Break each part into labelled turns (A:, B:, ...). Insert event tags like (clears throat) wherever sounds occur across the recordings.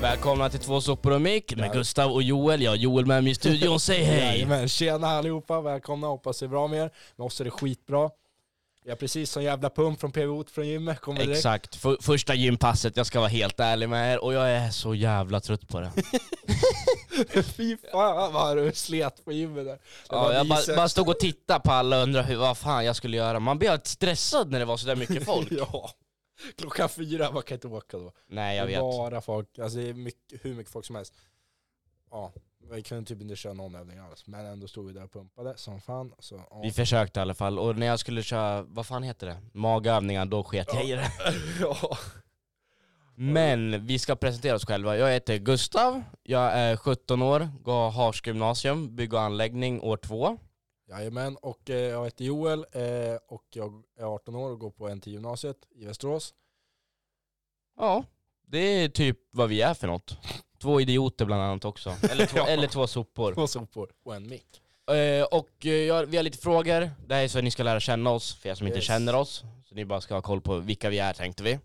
A: Välkomna till Två sopor och mick med Gustav och Joel. Jag har Joel med mig i studion, säg hej!
B: Jajamän, tjena allihopa, välkomna, hoppas det är bra med er. Med oss är det skitbra. Jag är precis som jävla pump från PVO t från gymmet, kommer direkt.
A: Exakt, För, första gympasset, jag ska vara helt ärlig med er, och jag är så jävla trött
B: (laughs)
A: på det.
B: (laughs) Fy fan vad du slet på gymmet där. Det var
A: Ja, jag bara,
B: biceps.
A: bara stod och tittade på alla och undrade hur, vad fan jag skulle göra. Man blev stressad när det var så där mycket
B: (laughs)
A: folk.
B: ja. Klockan fyra, man kan inte åka då.
A: Nej jag
B: det
A: vet.
B: är bara folk, alltså det är mycket, hur mycket folk som helst. Ja, vi kunde typ inte köra någon övning alls. Men ändå stod vi där och pumpade som fan. Så, ja.
A: Vi försökte i alla fall, och när jag skulle köra, vad fan heter det? Magövningar, då sket jag i det.
B: (laughs) ja.
A: Men vi ska presentera oss själva. Jag heter Gustav, jag är 17 år, går Hars gymnasium, bygg och anläggning år två.
B: Jajamän, och eh, jag heter Joel eh, och jag är 18 år och går på NT-gymnasiet i Västerås.
A: Ja, det är typ vad vi är för något. Två idioter bland annat också, eller två,
B: (laughs) Ja.
A: eller två sopor.
B: Två sopor och en mick.
A: Eh, och eh, jag, vi har lite frågor, det här är så att ni ska lära känna oss, för er som inte
B: Yes.
A: känner oss. Så ni bara ska ha koll på vilka vi är tänkte vi.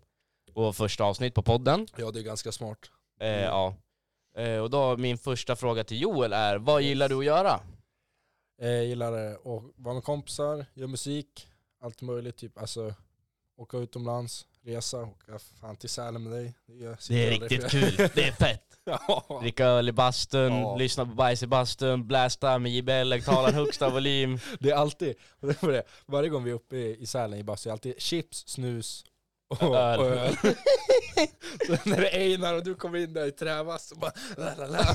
A: Och första avsnitt på podden.
B: Ja, det är ganska smart.
A: Eh,
B: Mm.
A: ja. eh, och då min första fråga till Joel är, vad gillar du att göra?
B: Eh, jag gillar det att vara med kompisar, göra musik, allt möjligt. Typ. Alltså, åka utomlands, resa, åka fan till Sälen med dig. gör- sitter
A: Det är
B: aldrig
A: riktigt
B: fel.
A: kul, det är fett.
B: (laughs) ja.
A: Dricka öl i bastun,
B: Ja.
A: lyssna på bajs i bastun, blästa med JBL, tala högsta volym.
B: Det är alltid, och det var det. varje gång vi är uppe i, i Sälen i bastu, är det alltid chips, snus och och
A: Öl.
B: öl. (laughs) så när det är Einar och du kommer in där i trävass och bara la,
A: (laughs)
B: la, la.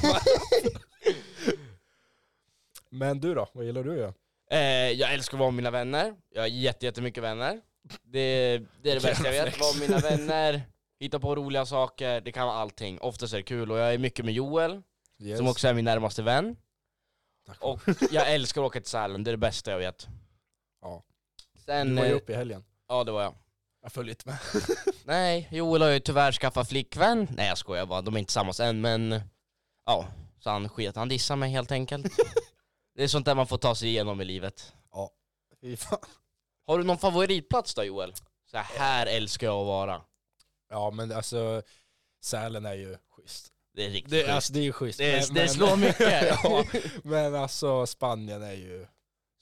B: Men du då, vad gillar du att göra?
A: Eh, jag älskar att vara med mina vänner, jag har jätte, jättemycket vänner. Det, det är det bästa jag vet, vara
B: (laughs)
A: med mina vänner, hitta på roliga saker, det kan vara allting. Oftast är det kul och jag är mycket med Joel,
B: Yes.
A: som också är min närmaste vän.
B: Tack.
A: Och jag älskar att åka till Sälen, det är det bästa jag vet.
B: Ja. Du
A: Sen,
B: var ju
A: eh,
B: uppe i helgen.
A: ja det var jag.
B: Jag följde inte med.
A: Nej, Joel har ju tyvärr skaffat flickvän. Nej jag skojar bara, de är inte tillsammans än men ja, så han sket, han dissade mig helt
B: (laughs)
A: enkelt. det är sånt där man får ta sig igenom i livet.
B: Fy fan.
A: Har du någon favoritplats då Joel? Så här älskar jag att vara.
B: Ja men alltså, Sälen är ju schysst.
A: Det är riktigt
B: Det,
A: det,
B: är- alltså, det är ju schysst.
A: det,
B: men,
A: det
B: men- (laughs)
A: slår mycket.
B: ja, men alltså Spanien är ju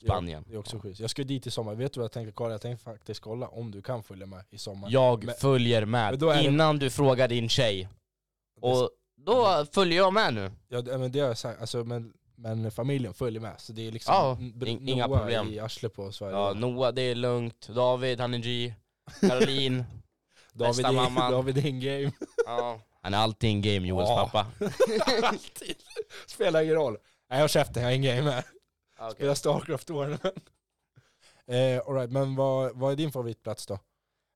A: Spanien.
B: Det är också schysst. Jag ska dit i sommar. Vet du vad jag tänker kolla? Jag tänker faktiskt kolla om du kan följa med i sommar.
A: Jag
B: Men-
A: följer
B: Men
A: med
B: då är det-
A: innan du frågar din tjej. Och då följer jag med nu.
B: Ja, det- men det har jag sagt. Alltså, men, men familjen följer med. Så det är liksom
A: Ja,
B: n- br-
A: in- inga
B: Noah
A: problem.
B: i arslet på oss varje
A: Ja,
B: dag.
A: Noah, det är lugnt. David, han är G.
B: (laughs)
A: Caroline.
B: David,
A: bästa
B: in,
A: mamman.
B: (laughs) David in game.
A: ja. Han är alltid in game, Joels
B: Ja.
A: pappa.
B: Alltid. Spelar ingen roll. Nej, jag har käften. Jag är in game här.
A: Okay.
B: Spelar Starcraft Tournament. (laughs) Eh, all right, men vad, vad är din favoritplats då?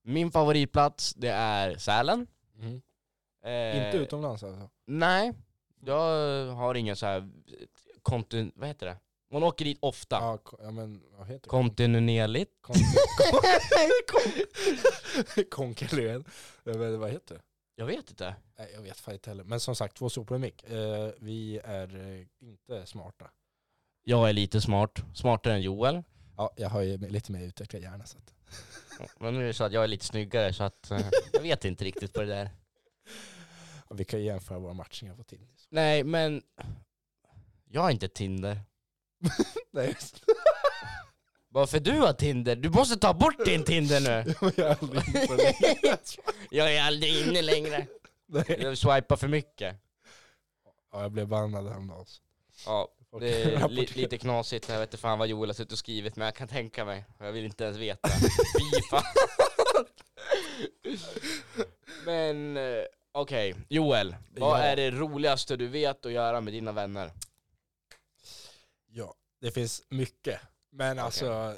A: Min favoritplats, det är Sälen. Eh,
B: Inte utomlands alltså?
A: Nej, jag har ingen så här kontin... Vad heter det? Man åker dit ofta.
B: Ja, ko- ja, men vad heter det?
A: Kontinuerligt.
B: Kon- kon- Konkurrent. Jag vet inte, Vad heter det?
A: Jag vet inte.
B: Nej, jag vet fan inte heller. Men som sagt, två sopor och mick. Eh, vi är eh, inte smarta.
A: Jag är lite smart. Smartare än Joel.
B: Ja, jag har ju lite mer utvecklad hjärna. Så att.
A: Men nu är det så att jag är lite snyggare så att eh, jag vet inte riktigt på det där.
B: Och vi kan ju jämföra våra matchningar på Tinder.
A: Nej, men jag har inte Tinder.
B: (laughs) Nej, just
A: Varför du har Tinder? Du måste ta bort din Tinder nu!
B: (laughs) det. jag är aldrig inne på det.
A: Jag är aldrig inne längre.
B: Nej.
A: Jag swipar för mycket.
B: Ja, jag blev bannad häromdagen. så
A: Ja,
B: folk
A: Det är li-
B: rapporterar.
A: lite knasigt, jag vet inte fan vad Joel har suttit och skrivit men jag kan tänka mig. Jag vill inte ens veta. Fy fan. Men eh, okej, Joel. Vad
B: Ja.
A: är det roligaste du vet att göra med dina vänner?
B: Ja, det finns mycket. Men alltså,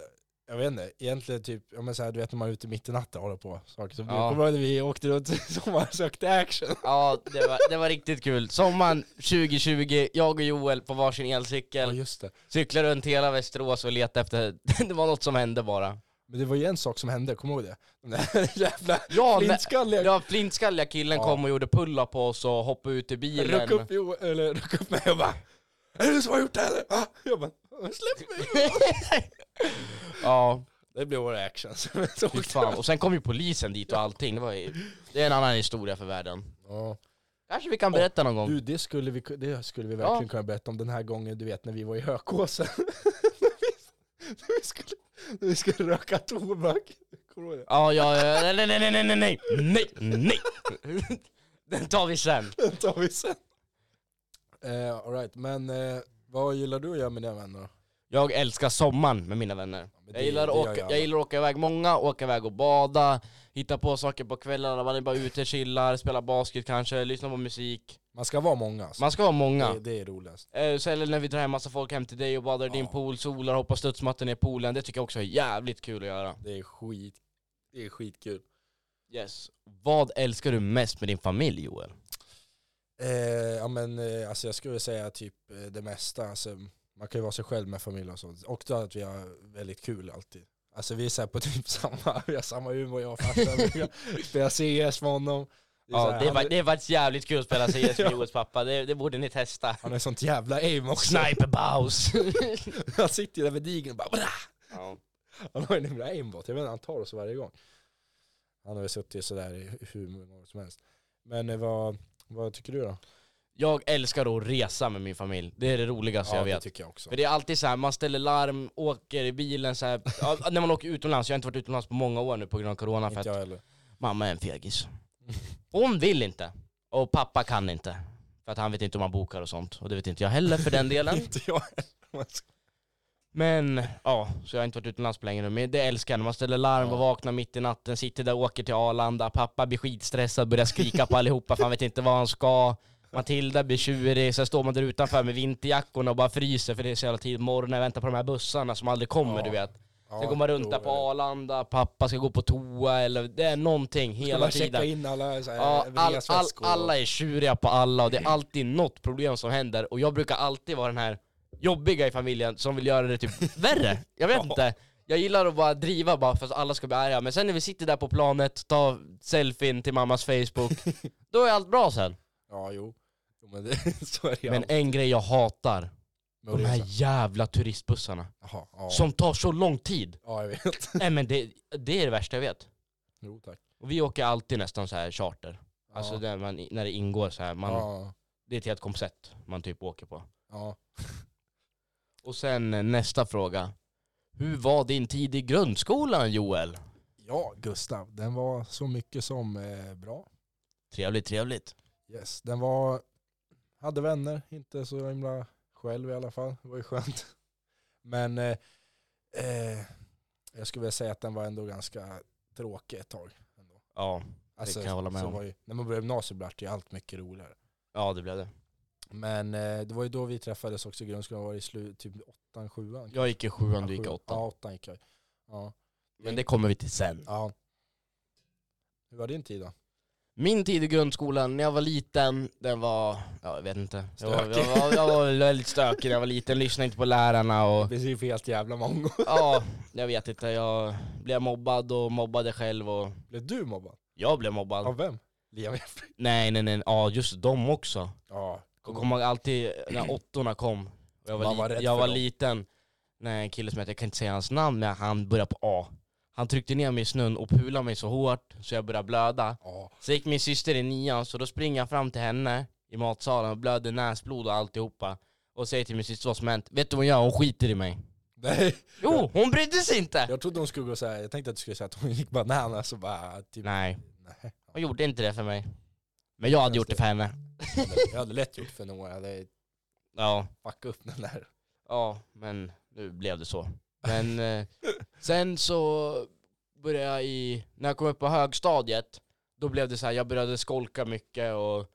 B: jag vet inte. Egentligen typ, ja, men så här, du vet när man är ute mitt i natten och håller på. Saker som
A: Ja.
B: ja. kommer ihåg när vi åkte runt (laughs) som man sökte action.
A: Ja, det var, det var riktigt kul. Sommaren 2020, jag och Joel på varsin
B: Ja,
A: elcykel,
B: just det.
A: cyklar runt hela Västerås och letar efter... (laughs) Det var något som hände bara.
B: Men det var ju en sak som hände, kommer du ihåg det? De där (laughs) jävla
A: Ja, men,
B: flintskalliga
A: ja flintskalliga killen
B: Ja.
A: kom och gjorde pull-up på oss och hoppade ut ur bilen.
B: Rucka upp, jo, eller rucka upp mig och bara Är det du som har gjort det här? Ah! Jag bara släpp mig!
A: (laughs) ja.
B: Det blev våra actions. (laughs) Så
A: Fy
B: åkte
A: fan. Och sen kom ju polisen dit och allting, det var ju, Det är en annan historia för världen.
B: jag. Ja.
A: Kanske vi kan
B: Och
A: berätta någon gång.
B: Du, det skulle vi, ku- det skulle vi verkligen
A: Ja.
B: kunna berätta om den här gången, du vet när vi var i Hökåsen. (laughs) när, vi, när, vi skulle, när vi skulle röka tobak. Kommer du ihåg det?
A: Ja, ja, ja, nej, nej, nej, nej, nej, nej, nej, nej.
B: (laughs)
A: Den tar vi sen.
B: Den tar vi sen. Eh, all right, men eh, vad gillar du att göra med dina vänner? då?
A: Jag älskar sommaren med mina vänner.
B: Ja, men det-
A: Jag gillar,
B: det
A: att
B: gör
A: åka,
B: alla.
A: jag gillar att åka iväg många, åka iväg och bada, hitta på saker på kvällarna, man är bara ute, chillar, spelar basket kanske, lyssnar på musik.
B: Man ska vara många. Alltså.
A: Man ska vara många.
B: Det, det är roligast.
A: Eh, Så eller när vi drar hem massa folk hem till dig och badar i din
B: Ja.
A: pool, solar, hoppar studsmatta ner i poolen. Det tycker jag också är jävligt kul att göra.
B: Det är skit. Det är skitkul.
A: Yes. Vad älskar du mest med din familj Joel?
B: Eh, ja men eh, alltså jag skulle säga typ eh, det mesta. Alltså, man kan ju vara sig själv med familj och sånt. Och då att vi har väldigt kul alltid. Alltså vi är så här på (laughs) typ samma, vi har samma humor jag och farsan. Vi har- spelar CS med honom. Det är så
A: Ja,
B: här,
A: det, är,
B: han,
A: fakt- det är faktiskt jävligt kul att
B: (laughs)
A: spela CS
B: Ja.
A: med Joels pappa, det, det borde ni testa.
B: han är sånt jävla aim också.
A: Sniperbaus!
B: Han sitter ju där vid digen och bara "Bra!"
A: ja.
B: Han har ju en himla aimbot, jag vet inte, han tar oss varje gång. Han har väl suttit sådär i hur många år som helst. Men eh, vad, vad tycker du då?
A: (laughs) Jag älskar att resa med min familj, det är det roligaste Alltså, jag
B: det
A: vet.
B: tycker jag också.
A: För det är alltid så här, man ställer larm, åker i bilen så här. Ja, (laughs) när man åker utomlands, jag har inte varit utomlands på många år nu på grund av corona för
B: Inte
A: att
B: jag heller. (laughs)
A: mamma är en fegis. Hon vill inte, och pappa kan inte. För att han vet inte hur man bokar och sånt, och det vet inte jag heller för den delen.
B: Inte jag heller.
A: Men ja, så jag har inte varit utomlands på länge nu, men det älskar jag när man ställer larm
B: Ja.
A: och vaknar mitt i natten, sitter där och åker till Arlanda, pappa blir skitstressad, börjar skrika på allihopa för han vet inte vad han ska. Matilda blir tjurig, sen står man där utanför med vinterjackorna och bara fryser för det är så jävla tidigt på morgonen, jag väntar på de här bussarna som aldrig kommer
B: Ja.
A: du vet.
B: Ja,
A: Sen går man runt där
B: jo,
A: på Arlanda, pappa ska gå på toa eller det är någonting
B: Ska
A: hela
B: man checka
A: tiden.
B: in alla så här,
A: Ja, all, all,
B: resväskor?
A: alla är tjuriga på alla och det är alltid något problem som händer och jag brukar alltid vara den här jobbiga i familjen som vill göra det
B: (laughs)
A: typ värre. Jag vet inte. Jag gillar att bara driva bara för att alla ska bli arga, men sen när vi sitter där på planet, tar selfien till mammas
B: (laughs)
A: Facebook, då är allt bra sen.
B: Ja, jo. jo men det, (laughs) så är det ju
A: Men
B: alltid
A: en grej jag hatar,
B: med att
A: de här
B: resa.
A: jävla turistbussarna
B: Jaha, ja.
A: som tar så lång tid.
B: ja, jag vet. (laughs)
A: Nej men det, det är det värsta jag vet.
B: Jo, tack.
A: Och vi åker alltid nästan så här charter,
B: Ja,
A: alltså där man, när det ingår så här, man,
B: ja,
A: det är ett helt koncept man typ åker på.
B: ja.
A: Och sen eh, nästa fråga. Hur var din tid i grundskolan Joel?
B: ja, Gustav. Den var så mycket som eh, bra.
A: Trevligt, trevligt.
B: Yes, den var... Hade vänner, inte så himla själv i alla fall. Det var ju skönt. (laughs) Men eh, eh, jag skulle vilja säga att den var ändå ganska tråkig ett tag. Ändå. Alltså,
A: Ja, kan jag hålla med
B: så
A: om.
B: Var ju, när man började gymnasiet blev det ju allt mycket roligare.
A: ja det blev det.
B: Men eh, det var ju då vi träffades också i grundskolan, var det i slut, typ åttan, sjuan?
A: Jag gick i sjuan, du
B: Ja,
A: gick i
B: sjuan.
A: åttan.
B: Ja, åttan gick jag. i. Ja.
A: Men det kommer vi till sen.
B: ja. Hur var din tid då?
A: Min tid i grundskolan, när jag var liten, den var... Ja, jag vet inte. Jag var, jag
B: Stökig.
A: var, jag var väl väldigt stökig när jag var liten, lyssnade inte på lärarna och...
B: Det ser ju för helt jävla mongo.
A: Ja, jag vet inte. Jag blev mobbad och mobbade själv och...
B: Blev du mobbad?
A: Jag blev mobbad.
B: Av vem? Liam Effi.
A: Nej, nej, nej. Ja, just de också.
B: Ja.
A: Jag kommer ihåg alltid
B: (clears throat)
A: när åttorna kom, och jag var,
B: Man var
A: lit-
B: rädd
A: jag
B: för
A: var
B: dem.
A: liten, när en kille som hette, jag kan inte säga hans namn, men han började på A. Han tryckte ner mig i snön och pulade mig så hårt så jag började blöda.
B: Ja.
A: Så gick min syster i nian, så då springer jag fram till henne i matsalen och blöder näsblod och alltihopa. Och säger till min syster vad som hänt. Vet du vad hon gör? Hon skiter i mig.
B: Nej.
A: Jo, hon brydde sig inte!
B: Jag trodde hon skulle gå så här. jag tänkte att du skulle säga att hon gick bananas så bara typ
A: Nej,
B: nej.
A: hon gjorde inte det för mig. Men jag hade gjort det för henne.
B: Jag hade lätt gjort för någon, jag hade
A: Ja.
B: fuckat upp den där.
A: Ja, men nu blev det så. Men eh, sen så började jag i, när jag kom upp på högstadiet, då blev det så här, jag började skolka mycket och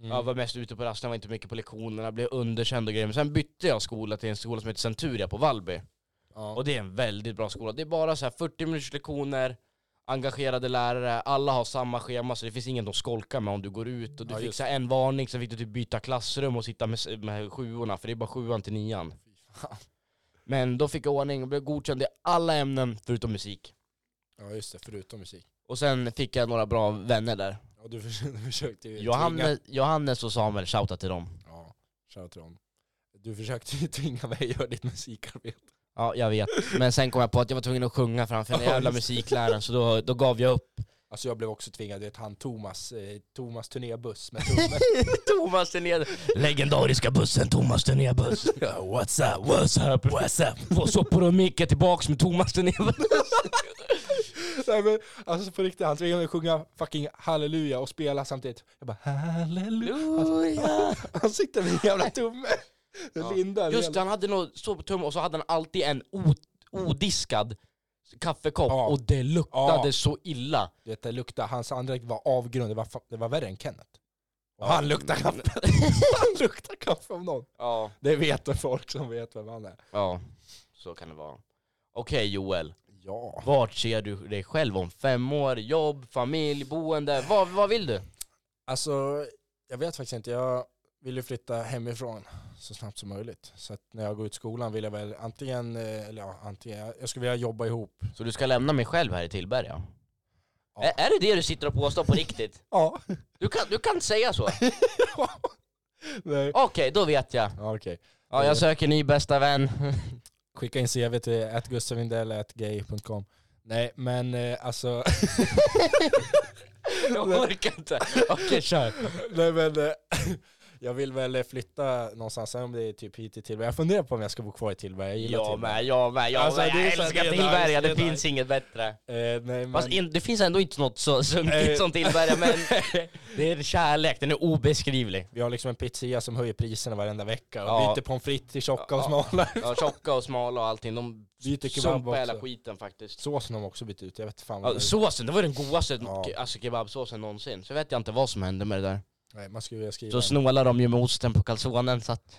B: Mm.
A: jag var mest ute på rasterna, var inte mycket på lektionerna, blev underkänd och grejer. Men sen bytte jag skola till en skola som heter Centuria på Vallby.
B: Ja.
A: Och det är en väldigt bra skola. Det är bara så här 40 minuters lektioner, engagerade lärare, alla har samma schema så det finns inget att skolka med om du går ut. Och du
B: Ja,
A: fick
B: just
A: så här en varning, sen fick du typ byta klassrum och sitta med, med sjuorna, för det är bara sjuan till nian.
B: Fy fan.
A: Men då fick jag ordning och blev godkänd i alla ämnen förutom musik.
B: ja just det, förutom musik.
A: Och sen fick jag några bra vänner där.
B: Ja (laughs) du försökte, försökte ju tvinga-
A: Johannes, Johannes och Samuel, shouta till dem.
B: Ja, shoutout till honom. Du försökte ju (laughs) tvinga mig att göra ditt musikarbete.
A: Ja, jag vet. Men sen kom jag på att jag var tvungen att sjunga framför den
B: Ja,
A: jävla
B: just det.
A: musikläraren, så då, då gav jag upp.
B: Alltså jag blev också tvingad, du vet han Thomas, eh, Thomas turnébuss (laughs) med tummen.
A: Thomas Tenér. Legendariska bussen Thomas Tenébuss. What's up, what's up, what's up? Vad så på Micke tillbaks med Thomas Tenébuss.
B: Nej, men, alltså på riktigt, han tvingade mig att sjunga fucking halleluja och spela samtidigt. Jag bara halleluja. Han sitter med en jävla tumme.
A: Ja.
B: Linda över
A: Just
B: hela-
A: det, han hade nog så på tummen och så hade han alltid en o- odiskad kaffekopp
B: Ja.
A: och det luktade
B: Ja.
A: så illa.
B: Du vet, det luktade, hans andedräkt var avgrund, det var, fa- det var värre än Kenneth. Och
A: Ja.
B: han luktar kaffe. (laughs) han luktar kaffe om någon.
A: Ja.
B: Det vet folk som vet vem han är.
A: Ja, så kan det vara. Okej Joel,
B: Ja.
A: vart ser du dig själv om fem år? Jobb, familj, boende? Vad, vad vill du?
B: Alltså, jag vet faktiskt inte. Jag vill ju flytta hemifrån så snabbt som möjligt. Så att när jag går ut skolan vill jag väl antingen, eh, eller ja, antingen, jag skulle vilja jobba ihop.
A: Så du ska lämna mig själv här i Tillberga?
B: Ja.
A: Är, är det det du sitter och påstår på riktigt?
B: Ja.
A: Du kan, du kan säga så. Okej,
B: Nej.
A: då vet jag.
B: Ja, okej.
A: Ja, jag söker ny bästa vän.
B: Skicka in CV till atgustavindell.gay.com. Nej, men eh, alltså,
A: (laughs) Jag orkar inte. (laughs) Okej, kör.
B: (laughs) nej men eh, (laughs) jag vill väl eh, flytta någonstans, även om det är typ hit till Tillberga. Jag funderar på om jag ska bo kvar i Tillberga, jag gillar
A: Jag
B: Tillberga.
A: med, jag med, jag
B: Alltså,
A: med.
B: det är
A: Jag
B: så här,
A: älskar
B: det är
A: Tillberga,
B: nice,
A: det
B: det är
A: finns inget bättre.
B: Eh, nej, men,
A: Fast in, det finns ändå inte något så (laughs)
B: Eh.
A: sunkigt som Tillberga, men (laughs) det är en kärlek, den är obeskrivlig.
B: vi har liksom en pizzeria som höjer priserna varenda vecka och
A: Ja.
B: byter pommes frites till tjocka och
A: Ja.
B: smala.
A: Ja, tjocka och smala och allting, de
B: Byter kebab
A: sumpar hela
B: också.
A: skiten faktiskt.
B: Såsen har de också bytt ut, jag vet fan vad
A: Ja,
B: det
A: såsen, det var den godaste
B: Ja.
A: ke- alltså kebabsåsen någonsin. Så vet jag inte vad som hände med det där.
B: Nej, man skulle vilja skriva
A: Så
B: (laughs) en-
A: snålar de ju med osten på calzonen så att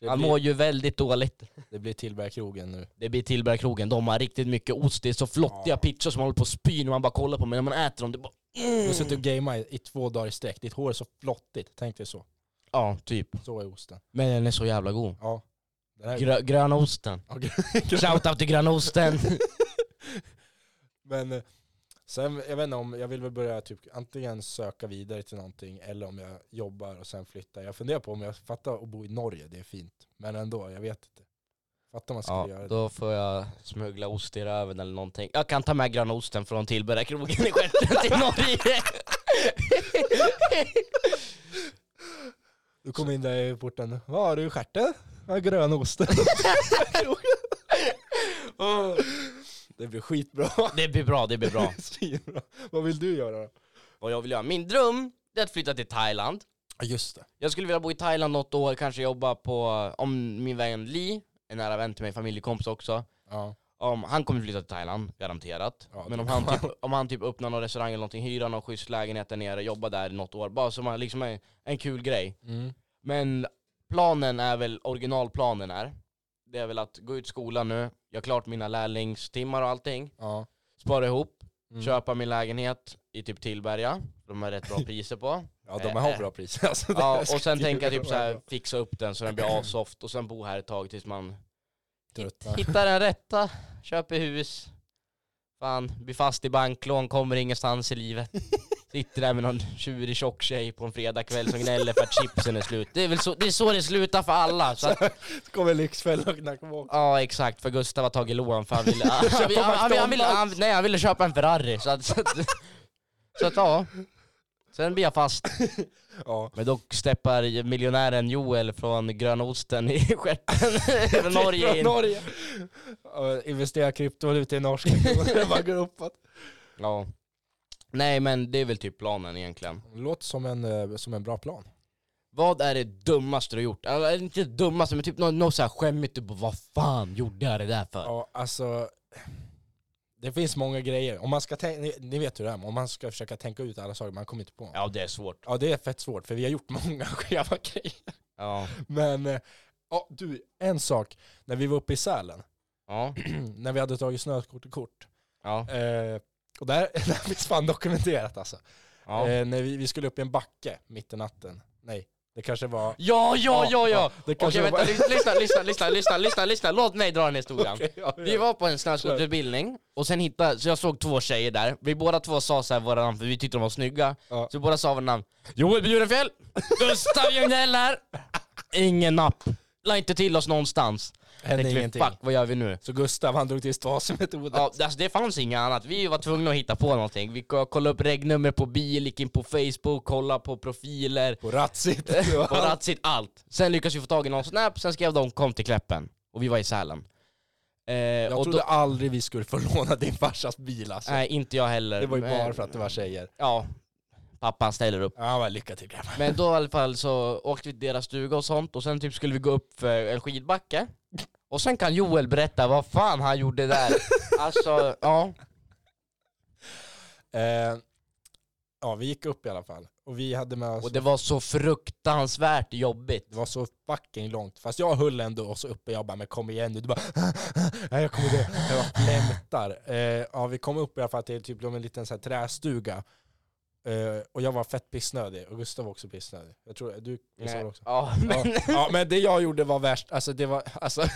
B: det,
A: han
B: blir,
A: mår ju väldigt dåligt.
B: det blir Tillbergakrogen nu.
A: Det blir Tillbergakrogen, de har riktigt mycket ost, det är så flottiga
B: Ja.
A: pizzor som man håller på att spy när man bara kollar på men när man äter dem, det bara...
B: Du har suttit och gameat i, i två dagar i sträck, ditt hår är så flottigt. Tänk dig så.
A: Ja, typ.
B: Så är osten.
A: Men den är så jävla god.
B: Ja. Den (laughs) här-
A: Grö, gröna osten.
B: Ja,
A: Shoutout till gröna
B: (laughs)
A: osten.
B: Men eh, sen, jag vet inte om, jag vill väl börja typ antingen söka vidare till någonting eller om jag jobbar och sen flyttar. Jag funderar på om jag fattar att bo i Norge, det är fint. Men ändå, jag vet inte. Fattar om man skulle
A: ja,
B: göra det.
A: då får jag smuggla ost i röven eller någonting. Jag kan ta med gröna osten från Tillbergakrogen i stjärten till Norge.
B: Du kom in där i porten, vad har du i stjärten? Jag har grön (laughs) ost. det blir skitbra.
A: (laughs)
B: (laughs)
A: Det blir bra, det blir bra.
B: Svinbra. Vad vill du göra då?
A: Vad jag vill göra, min dröm, det är att flytta till Thailand.
B: Ja just det.
A: Jag skulle vilja bo i Thailand något år, kanske jobba på, om min vän Li, en nära vän till mig, familjekompis också.
B: Ja.
A: Om, han kommer flytta till Thailand, garanterat.
B: Ja,
A: Men
B: det
A: om han, typ, om han typ öppnar någon restaurang eller någonting, hyra någon schysst lägenhet där nere, jobba där något år. Bara som en- liksom en, en kul grej.
B: Mm.
A: Men planen är väl, originalplanen är, det är väl att gå ut skolan nu, göra klart mina lärlingstimmar och allting,
B: Ja.
A: spara ihop,
B: Mm.
A: köpa min lägenhet i typ Tillberga, de har
B: (laughs)
A: rätt bra priser på.
B: Ja de har bra priser. (laughs) Alltså, det
A: Äh, Ja,
B: här
A: och sen
B: ska
A: tänka
B: ju
A: typ så här,
B: vara
A: fixa upp den så den blir avsoft och sen bo här ett tag tills man
B: trötta.
A: hittar den rätta, köper hus, fan, blir fast i banklån, kommer ingenstans i livet. Sitter där med någon tjurig tjock tjej på en fredagkväll som gnäller för att chipsen är slut. Det är väl så det, är så det slutar för alla. Så att,
B: Så kommer Lyxfällan och knackar på.
A: ja exakt, för Gustav har tagit lån för han ville, han, han, han, han, han, ville- han, nej, han ville köpa en Ferrari. Så att, så att, så att ja. Sen blir jag fast.
B: Ja.
A: Men dock steppar miljonären Joel från Gröna Osten i stjärten över Norge
B: Typ Från
A: in.
B: Norge. Ja, Investera kryptovaluta i (laughs) norska kronor. Det bara går uppåt.
A: Ja. Nej men det är väl typ planen egentligen.
B: Det låter som en, eh, som en bra plan.
A: Vad är det dummaste du har gjort? Eller inte det dummaste men typ något, något så här skämmigt, du bara vad fan gjorde jag det där för?
B: Ja, alltså. Det finns många grejer. Om man ska tänka, ni, ni vet hur det är, om man ska försöka tänka ut alla saker, man kommer inte på. Ja.
A: Ja det är svårt.
B: det är fett svårt för vi har gjort (laughs) många skeva grejer.
A: Ja.
B: Men, eh, ja du, en sak. När vi var uppe i Sälen, mm,
A: Ja.
B: när vi hade tagit snökort och kort.
A: Ja.
B: Eh, och där, det här (laughs) finns fan dokumenterat alltså.
A: Ja.
B: Eh, när vi, vi skulle upp i en backe mitt i natten. Nej, det kanske var...
A: Ja, ja, ja, ja!
B: det
A: Okej
B: kanske
A: vänta, lys- lyssna, lyssna, lyssna, lyssna, lyssna, lyssna, låt mig dra den historien.
B: Okej, (laughs) ja, ja.
A: Vi var på en snöskoterutbildning, och sen hittade, så jag såg två tjejer där, vi båda två sa så här våra namn för vi tyckte de var snygga,
B: Ja.
A: så båda sa våra namn Joel Bjurenfjäll, Gustav Ljungdell här, ingen napp la inte till oss någonstans.
B: Hände
A: Tänkte vi,
B: ingenting.
A: fuck vad gör vi nu?
B: Så Gustav han drog till Stasi-metoden.
A: Ja, alltså det fanns inget annat, vi var tvungna att hitta på någonting. Vi kollade upp regnummer på bil, gick in på Facebook, kollade på profiler,
B: På (laughs) Ratsit.
A: på Ratsit, allt. Sen lyckades vi få tag i någon snap, sen skrev de 'Kom till Kläppen' och vi var i Sälen. Eh,
B: Jag
A: och
B: trodde
A: då,
B: aldrig vi skulle (laughs) få låna din farsas bil alltså.
A: nej, inte jag heller.
B: Det var ju
A: Men-
B: bara för att det var tjejer.
A: Ja, pappan ställer upp.
B: Ja, han var lycka till grabbar.
A: Men då i alla fall så åkte vi till deras stuga och sånt och sen typ skulle vi gå upp för en skidbacke. Och sen kan Joel berätta vad fan han gjorde (laughs) där. Alltså, ja.
B: Eh, ja, vi gick upp i alla fall. Och vi hade med oss...
A: Och det var så fruktansvärt jobbigt.
B: Det var så fucking långt. Fast jag höll ändå och så uppe jag bara, men kom igen nu. Du bara, (laughs) nej jag kommer dö. Jag bara flämtar. Eh, ja, vi kom upp i alla fall till typ en liten så här trästuga. Eh, och jag var fett pissnödig. Och Gustav var också pissnödig. Jag tror, du pissade också.
A: Ja,
B: Ja,
A: men,
B: ja, men det jag gjorde var värst. Alltså det var, alltså. (laughs)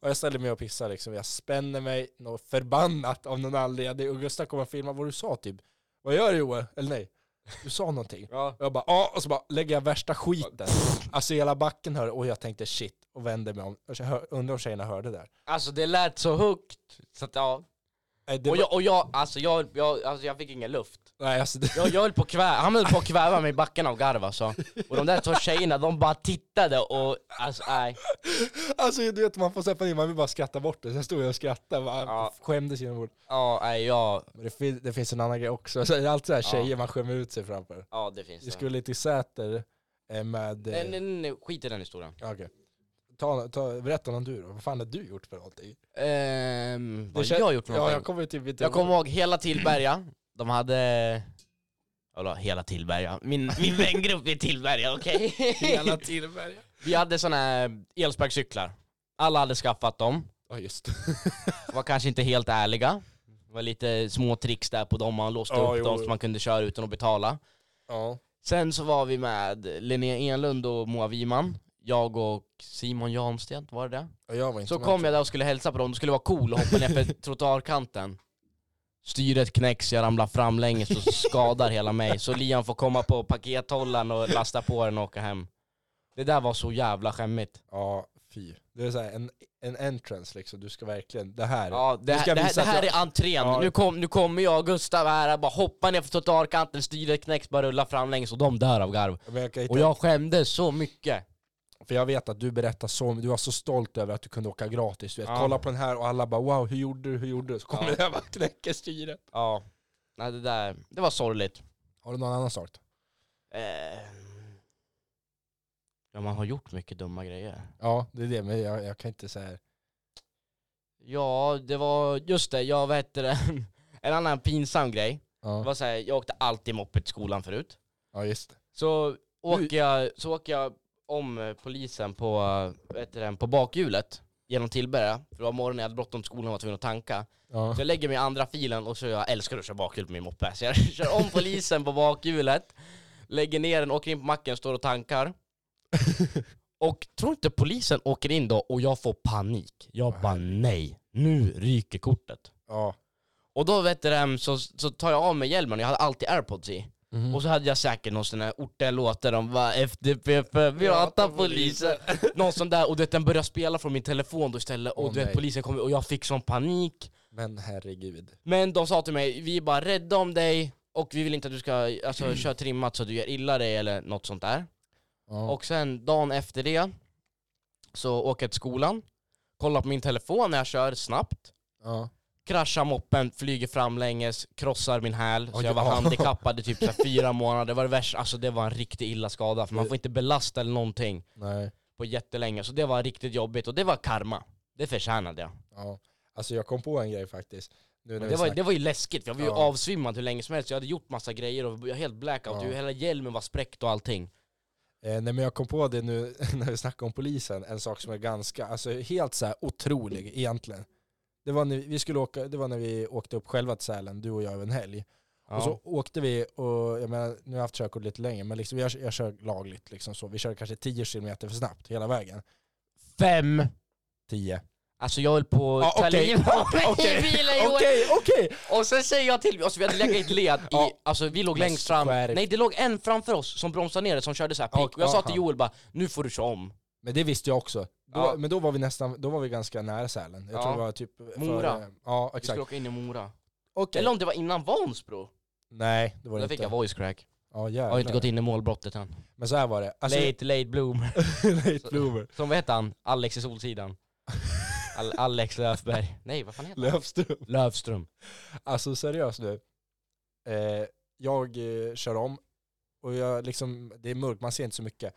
B: Och jag ställde mig och pissade liksom. Jag spänner mig något förbannat av någon anledning. Och Gustav kommer och filma vad du sa typ. Vad gör du Joel? Eller nej. Du sa någonting.
A: ja.
B: Och jag bara ja, och så bara lägger jag värsta skiten. Alltså hela backen hörde, och jag tänkte shit, och vände mig om. Och så hör- Undrar om tjejerna hörde där.
A: Alltså det lät så högt. Så att, ja.
B: Nej, det
A: och,
B: var,
A: jag, och jag, alltså jag, jag, alltså jag fick ingen luft.
B: nej alltså det, (laughs)
A: Jag, jag höll på att kväva, han höll på att kväva mig i backen av garv alltså. Och de där två tjejerna, de bara tittade och, alltså nej.
B: alltså du vet man får släppa in, man vill bara skratta bort det. Sen stod jag och skrattade, bara,
A: Ja.
B: skämdes genom bort.
A: Ja, nej, jag,
B: Men det, fin, det finns en annan grej också, (laughs) så, det är allt så här
A: Ja.
B: tjejer man skämmer ut sig framför.
A: ja det finns
B: Vi
A: det.
B: skulle till Säter eh, med... eh,
A: Nej, nej, nej, nej, skit i den historien.
B: ja, okej. Ta, ta, berätta om du då, vad fan har du gjort för någonting?
A: Ehm, vad
B: kän-
A: jag har gjort för
B: Ja, jag
A: någonting?
B: kommer typ inte
A: jag kommer ihåg hela Tillberga, de hade... Eller hela Tillberga, min,
B: (laughs)
A: min vängrupp i Tillberga, okej? (laughs)
B: hela Tillberga.
A: Vi hade såna här elsparkcyklar, alla hade skaffat dem, (laughs)
B: Ja just det.
A: var kanske inte helt ärliga Det var lite små tricks där på dem, man låste
B: Ja,
A: upp
B: jo,
A: dem
B: jo.
A: så man kunde köra utan att betala
B: Ja.
A: Sen så var vi med Linnea Enlund och Moa Wiman, jag och Simon Jansten, var det det?
B: Och jag var inte
A: Så
B: med.
A: kom jag där och skulle hälsa på dem, det skulle vara cool och hoppa ner för trottoarkanten Styret knäcks, jag ramlar framlänges och skadar hela mig Så Lian får komma på pakethållaren och lasta på den och åka hem Det där var så jävla skämmigt
B: Ja, fy. Det är så här, en, en entrance liksom, du ska verkligen, det här.
A: Ja, det,
B: Du ska
A: här, det, här,
B: visa
A: det
B: att
A: här
B: jag-
A: är entrén,
B: Ja.
A: nu, kom, nu kommer jag och Gustav här, bara hoppa ner för trottoarkanten, styret knäcks, bara rullar framlänges och de dör av garv
B: Men jag kan hitta,
A: Och jag skämdes så mycket
B: För jag vet att du berättar så, du var så stolt över att du kunde åka gratis. Du vet,
A: Ja.
B: kolla på den här och alla bara wow, hur gjorde du, hur gjorde du? Så kommer (laughs)
A: Ja.
B: det här bara knäcker styret.
A: Ja, nej det där, det var sorgligt
B: Har du någon annan sak? då?
A: eh... Ja man har gjort mycket dumma grejer
B: Ja, det är det, men jag, jag kan inte säga.
A: Ja, det var, just det, jag vet det. (laughs) En annan pinsam grej, det
B: Ja,
A: var så här, jag åkte alltid moppe till skolan förut.
B: ja just det.
A: Så åker jag, så åker jag om eh, polisen på, eh, vet du, det, på bakhjulet genom Tillberga, för det var morgonen jag hade bråttom till skolan och var tvungen att tanka.
B: Ja.
A: Så jag lägger mig i andra filen och så, jag älskar att köra bakhjul på min moppe, så jag (laughs) kör om polisen på bakhjulet, lägger ner den, åker in på macken, står och tankar. Och tror inte polisen åker in då och jag får panik. Jag bara nej, nu ryker kortet.
B: ja.
A: Och då vet du det, så, så tar jag av mig hjälmen, jag hade alltid airpods i.
B: Mm. Mm-hmm.
A: Och så hade jag säkert någon sån här ortenlåt där de var FDP för pirata polisen. Någon sån där, och du vet, den började spela från min telefon då istället. Och
B: Åh,
A: du vet,
B: nej.
A: polisen kom och jag fick sån panik.
B: Men herregud.
A: Men de sa till mig, vi är bara rädda om dig och vi vill inte att du ska
B: Mm.
A: alltså, köra trimmat så att du gör illa dig eller något sånt där.
B: Ja.
A: Och sen dagen efter det så åker jag till skolan, kollar på min telefon när jag kör snabbt.
B: ja.
A: kraschar moppen, flyger framlänges, krossar min häl. Så
B: Oj,
A: jag var
B: ja. (laughs)
A: handikappad i typ så här fyra månader. Det var det värsta, alltså det var en riktigt illa skada. För man får inte belasta eller någonting
B: Nej.
A: på jättelänge. Så det var riktigt jobbigt och det var karma. Det förtjänade jag.
B: Ja. Alltså jag kom på en grej faktiskt. Nu när
A: Det
B: vi
A: var,
B: snackar.
A: det var ju läskigt för jag var ju
B: Ja.
A: avsvimmad hur länge som helst. Jag hade gjort massa grejer och jag var helt blackout.
B: Ja.
A: Hela hjälmen var spräckt och allting.
B: Eh, nej men jag kom på det nu (laughs) när vi snackade om polisen, en sak som är ganska, alltså helt så här otrolig egentligen. Det var, när vi skulle åka, det var när vi åkte upp själva till Sälen, du och jag över en helg.
A: Ja.
B: Och så åkte vi, och jag menar, nu har jag haft körkort lite längre, men liksom jag, jag kör lagligt liksom så. Vi kör kanske 10 km för snabbt hela vägen.
A: Fem!
B: 10.
A: Alltså jag höll på att
B: Ja,
A: ta
B: okej.
A: livet
B: (laughs)
A: av mig i
B: Okej,
A: bilen Johan.
B: okej, okej!
A: Och sen säger jag till, alltså vi hade legat i ett led, i,
B: Ja.
A: alltså vi låg
B: Men
A: längst fram,
B: skärp.
A: nej det låg en framför oss som bromsade ner det, som körde så här pick,
B: Och-
A: och jag sa
B: aha.
A: till Joel bara 'Nu får du köra om'
B: Men det visste jag också. Då,
A: Ja.
B: Men då var vi nästan, då var vi ganska nära Sälen. Jag
A: Ja.
B: tror det var typ...
A: Mora.
B: Före, ja,
A: Vi skulle
B: exakt.
A: åka in i Mora.
B: Okej.
A: Eller om det var innan Vansbro.
B: Nej, det var det
A: Där
B: inte.
A: fick jag voice crack.
B: ja,
A: Jag
B: jävlar.
A: har inte gått in i målbrottet än.
B: Men så här var det. Alltså,
A: late, late bloomer.
B: (laughs) late bloomer.
A: Som vad heter han? Alex i Solsidan. Al Alex Löfberg. Nej vad fan heter han?
B: Löfström.
A: Löfström.
B: Alltså seriöst nu. Eh, jag eh, kör om och jag liksom, det är mörkt, man ser inte så mycket.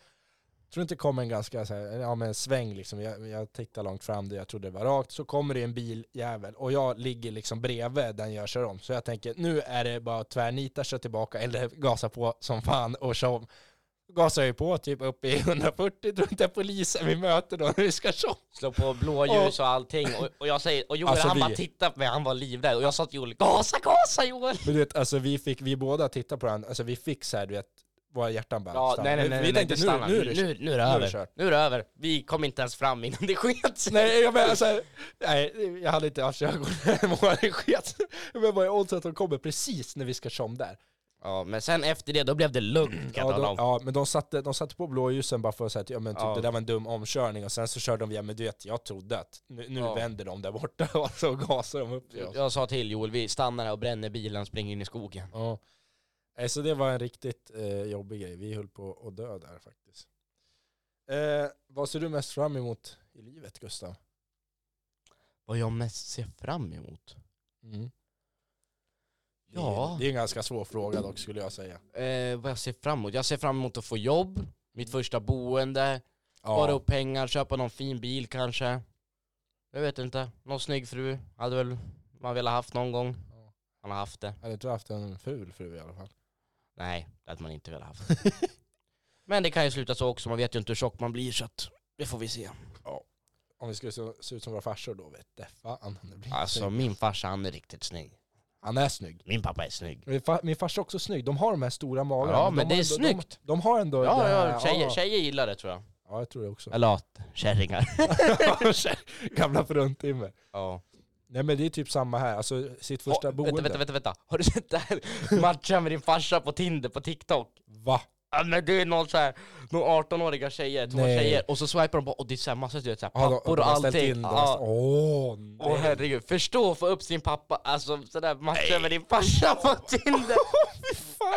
B: Tror inte det kom en ganska så här, ja men en sväng liksom. Jag, jag tittar långt fram där jag trodde det var rakt. Så kommer det en biljävel och jag ligger liksom bredvid den jag kör om. Så jag tänker nu är det bara att tvärnita, köra tillbaka eller gasa på som fan och köra om. Gasar jag ju på typ upp i 140, tror inte jag polisen vi möter då när vi ska köra om.
A: Slå på blåljus och allting. Och, och jag säger, och Joel
B: Alltså,
A: han
B: vi-
A: bara tittade på mig, han var livrädd. Och jag sa till Joel, gasa, gasa Joel!
B: Men du vet, alltså vi fick, vi båda tittade på varandra, alltså vi fick så här, du vet, våra hjärtan bara
A: Ja,
B: stannade.
A: nej nej nej, nej,
B: vi tänkte
A: det stannar.
B: nu, nu är det
A: nu, nu är det
B: nu är det
A: över.
B: kört.
A: Nu är det över. Vi kom inte ens fram innan det sket sig.
B: Nej, jag menar alltså, nej, jag hade inte haft (laughs) ögonen i sket. Men vad är oddsen att de kommer precis när vi ska köra om där?
A: Ja men sen efter det, då blev det lugnt kan jag
B: Ja,
A: tala
B: de,
A: om.
B: ja men de satte, de satte på blåljusen bara för att säga att ja, men typ,
A: Ja.
B: det där var en dum omkörning och sen så körde de via, men du vet, jag trodde att nu, nu
A: Ja.
B: vänder de där borta (laughs) och så gasar de upp i oss.
A: Jag sa till Joel, vi stannar här och bränner bilen, springer in i skogen.
B: Ja. Nej, Så det var en riktigt eh, jobbig grej. Vi höll på att dö där faktiskt. Eh, vad ser du mest fram emot i livet, Gustav?
A: Vad jag mest ser fram emot? Ja.
B: Mm. Det är en ganska svår fråga dock skulle jag säga.
A: Eh, vad jag ser fram emot? Jag ser fram emot att få jobb, mitt första boende,
B: Ja.
A: spara upp pengar, köpa någon fin bil kanske. Jag vet inte. Någon snygg fru hade väl man velat haft någon gång.
B: Ja.
A: Man har haft det.
B: Hade inte du haft en ful fru i alla fall?
A: Nej, det hade man inte velat haft. (laughs) Men det kan ju sluta så också, man vet ju inte hur tjock man blir så att det får vi se.
B: Om vi skulle se, se ut som våra farsor då vet det fan. Det blir
A: Alltså
B: snygg.
A: min farsa han är riktigt snygg.
B: Han är snygg.
A: Min pappa är snygg.
B: Min, fa, min farsa är också snygg. De har de här stora magarna.
A: Ja,
B: de
A: men
B: har
A: det är
B: ändå-
A: snyggt.
B: De, de har ändå... det
A: Ja,
B: här-
A: ja tjejer,
B: ja.
A: tjejer gillar det tror jag.
B: ja, jag tror det också.
A: Eller att
B: (laughs)
A: kärringar.
B: Gamla fruntimmer.
A: Ja.
B: Nej men det är typ samma här. Alltså sitt första
A: Oh,
B: boende.
A: vänta, vänta, vänta, vänta. Har du sett det här? Matcha med din farsa på Tinder på TikTok.
B: Va?
A: Ja men det är någon så här, någon 18-åriga tjejer, två
B: Nej.
A: tjejer, och så swipar de bara och det är så här massa du vet, så här,
B: Ja, de-
A: pappor
B: de
A: och
B: har ställt
A: allting.
B: in, de har
A: Ja.
B: ställt- Åh nej.
A: Åh herregud, förstå att få upp sin pappa, alltså sådär matcha med din farsa på Tinder!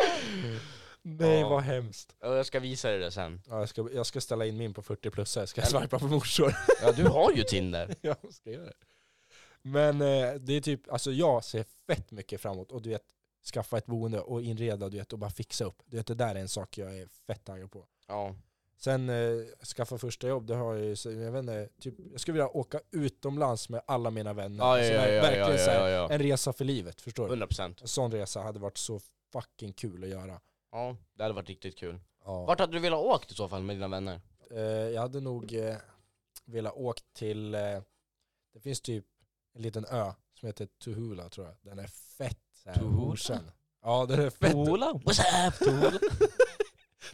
A: (laughs)
B: nej
A: Ja.
B: vad hemskt.
A: Ja, Jag ska visa dig det sen.
B: Ja, jag, ska, jag ska ställa in min på 40 plus här. Ska jag swipa på morsor? (laughs)
A: Ja du har ju Tinder.
B: jag ska göra det. Men eh, det är typ, alltså jag ser fett mycket framåt och du vet skaffa ett boende och inreda du vet och bara fixa upp. Du vet det där är en sak jag är fett taggad på.
A: Ja.
B: Sen eh, skaffa första jobb, det har jag ju, så jag vet inte, typ, jag skulle vilja åka utomlands med alla mina vänner.
A: Ja,
B: Alltså,
A: ja, ja,
B: verkligen
A: ja, ja,
B: så här,
A: ja, ja.
B: en resa för livet, förstår du?
A: 100%.
B: En sån resa hade varit så fucking kul att göra.
A: Ja, det hade varit riktigt kul.
B: Ja.
A: Vart hade du velat åkt i så fall med dina vänner?
B: Eh, jag hade nog eh, velat åka till, eh, det finns typ en liten ö som heter Tuhula tror jag. Den är fett så här
A: Tuhula?
B: okänd. Ja den är fett,
A: What's up Tola?
B: (laughs)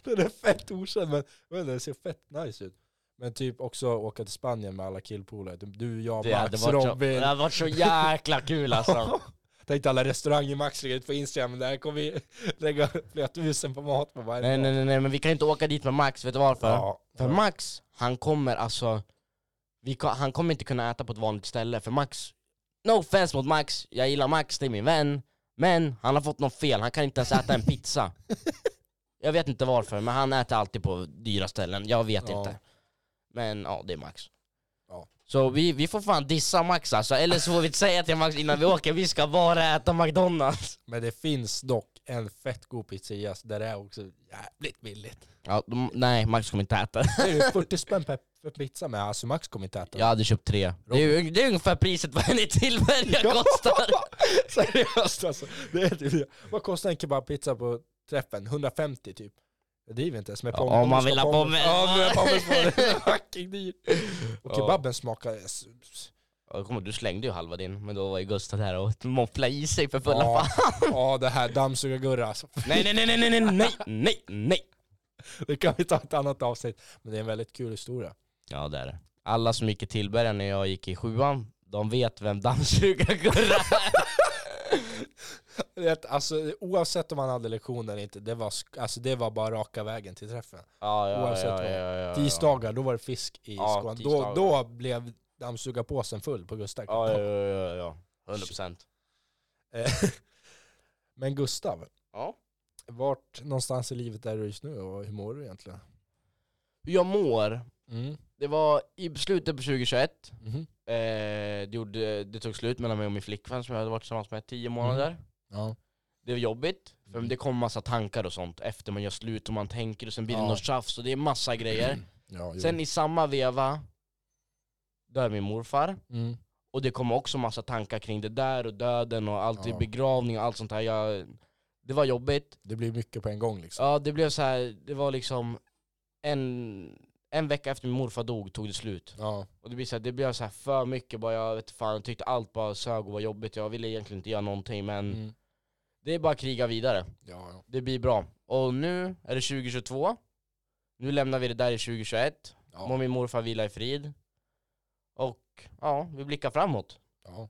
B: den är fett okänd men jag vet inte, den ser fett nice ut. Men typ också åka till Spanien med alla killpolare. Du, jag,
A: Det hade
B: Max,
A: varit så,
B: Robin.
A: det hade varit så jäkla kul
B: (laughs)
A: alltså.
B: Tänkte alla restauranger Max lägger ut på Instagram, där kommer vi (laughs) lägga flera tusen på mat på varje
A: Nej
B: dag.
A: nej nej, nej men vi kan inte åka dit med Max, vet du varför?
B: Ja,
A: För Max, han kommer alltså... Vi, ko- han kommer inte kunna äta på ett vanligt ställe, för Max... No offense mot Max, jag gillar Max, det är min vän. Men han har fått något fel, han kan inte ens
B: (laughs)
A: äta en pizza. Jag vet inte varför, men han äter alltid på dyra ställen. Jag vet
B: Ja.
A: inte. Men ja, det är Max.
B: Ja.
A: Så vi, vi får fan dissa Max alltså, eller så får vi säga till Max innan vi åker, vi ska bara äta McDonalds.
B: Men det finns dock en fett god pizzeria där det är också jävligt billigt.
A: Ja, de, nej, Max kommer inte äta.
B: Det är ju 40 spänn per, för pizza med, alltså Max kommer inte äta
A: Jag
B: den.
A: hade köpt tre. Det är, ju- det är ungefär priset vad en i
B: (laughs)
A: Tillberga kostar.
B: Seriöst alltså. Det är typ, det. vad kostar en kebabpizza på träffen? 150 typ. Det driver inte ens med
A: Ja,
B: pommes.
A: om man
B: ska
A: vill ha pommes.
B: Ja, om man vill ha
A: (laughs)
B: pommes på det. Det är fucking dyrt. Och
A: Ja.
B: kebaben smakar... s- s-
A: Ja, kom, ihåg, du slängde ju halva din, men då var ju Gustav där och mofflade i sig för fulla
B: Ja,
A: fan.
B: ja, det här dammsugargurra alltså.
A: (laughs) Nej nej nej nej nej nej nej nej.
B: Det kan vi ta ett annat avsnitt. Men det är en väldigt kul historia.
A: Ja det är det. Alla som gick i Tillberga när (laughs) jag gick i sjuan, de vet vem dammsugar-Gurra är.
B: vet, alltså, oavsett om han hade lektion eller inte, det var, sk- alltså, det var bara raka vägen till träffen.
A: Ja, ja,
B: Oavsett
A: ja,
B: vad.
A: ja, ja, ja.
B: Tisdagar, då var det fisk i
A: Ja,
B: skålen. Då,
A: tisdagar.
B: då blev dammsugarpåsen full på Gustav.
A: Ja, ja, ja, ja, ja. 100 procent.
B: Eh, Men Gustav,
A: Ja.
B: vart någonstans i livet är du just nu och hur mår du egentligen?
A: Hur jag mår.
B: Mm.
A: Det var i slutet på 2021.
B: Mhm.
A: Eh, det, gjorde, det tog slut mellan mig och min flickvän som jag hade varit tillsammans med i 10 månader.
B: Ja.
A: Det var jobbigt, för
B: Mm.
A: det kom massa tankar och sånt efter man gör slut och man tänker och sen blir det
B: Ja.
A: något tjafs och det är massa grejer.
B: ja jo.
A: Sen i samma veva dör min morfar.
B: mm.
A: Och det kom också massa tankar kring det där och döden och allt,
B: Ja.
A: begravning och allt sånt här. Jag, det var jobbigt.
B: Det blir mycket på en gång liksom.
A: Ja det blev så här. det var liksom en, en vecka efter min morfar dog tog det slut.
B: Ja.
A: Och det blev så här, det blev så här för mycket bara, jag vet fan, jag tyckte allt bara sög och var jobbigt. Jag ville egentligen inte göra någonting men
B: Mm.
A: det är bara att kriga vidare.
B: Ja, ja.
A: Det blir bra. Och nu är det 2022. Nu lämnar vi det där i 2021.
B: Ja.
A: Må min morfar vila i frid. Och ja, vi blickar framåt.
B: ja.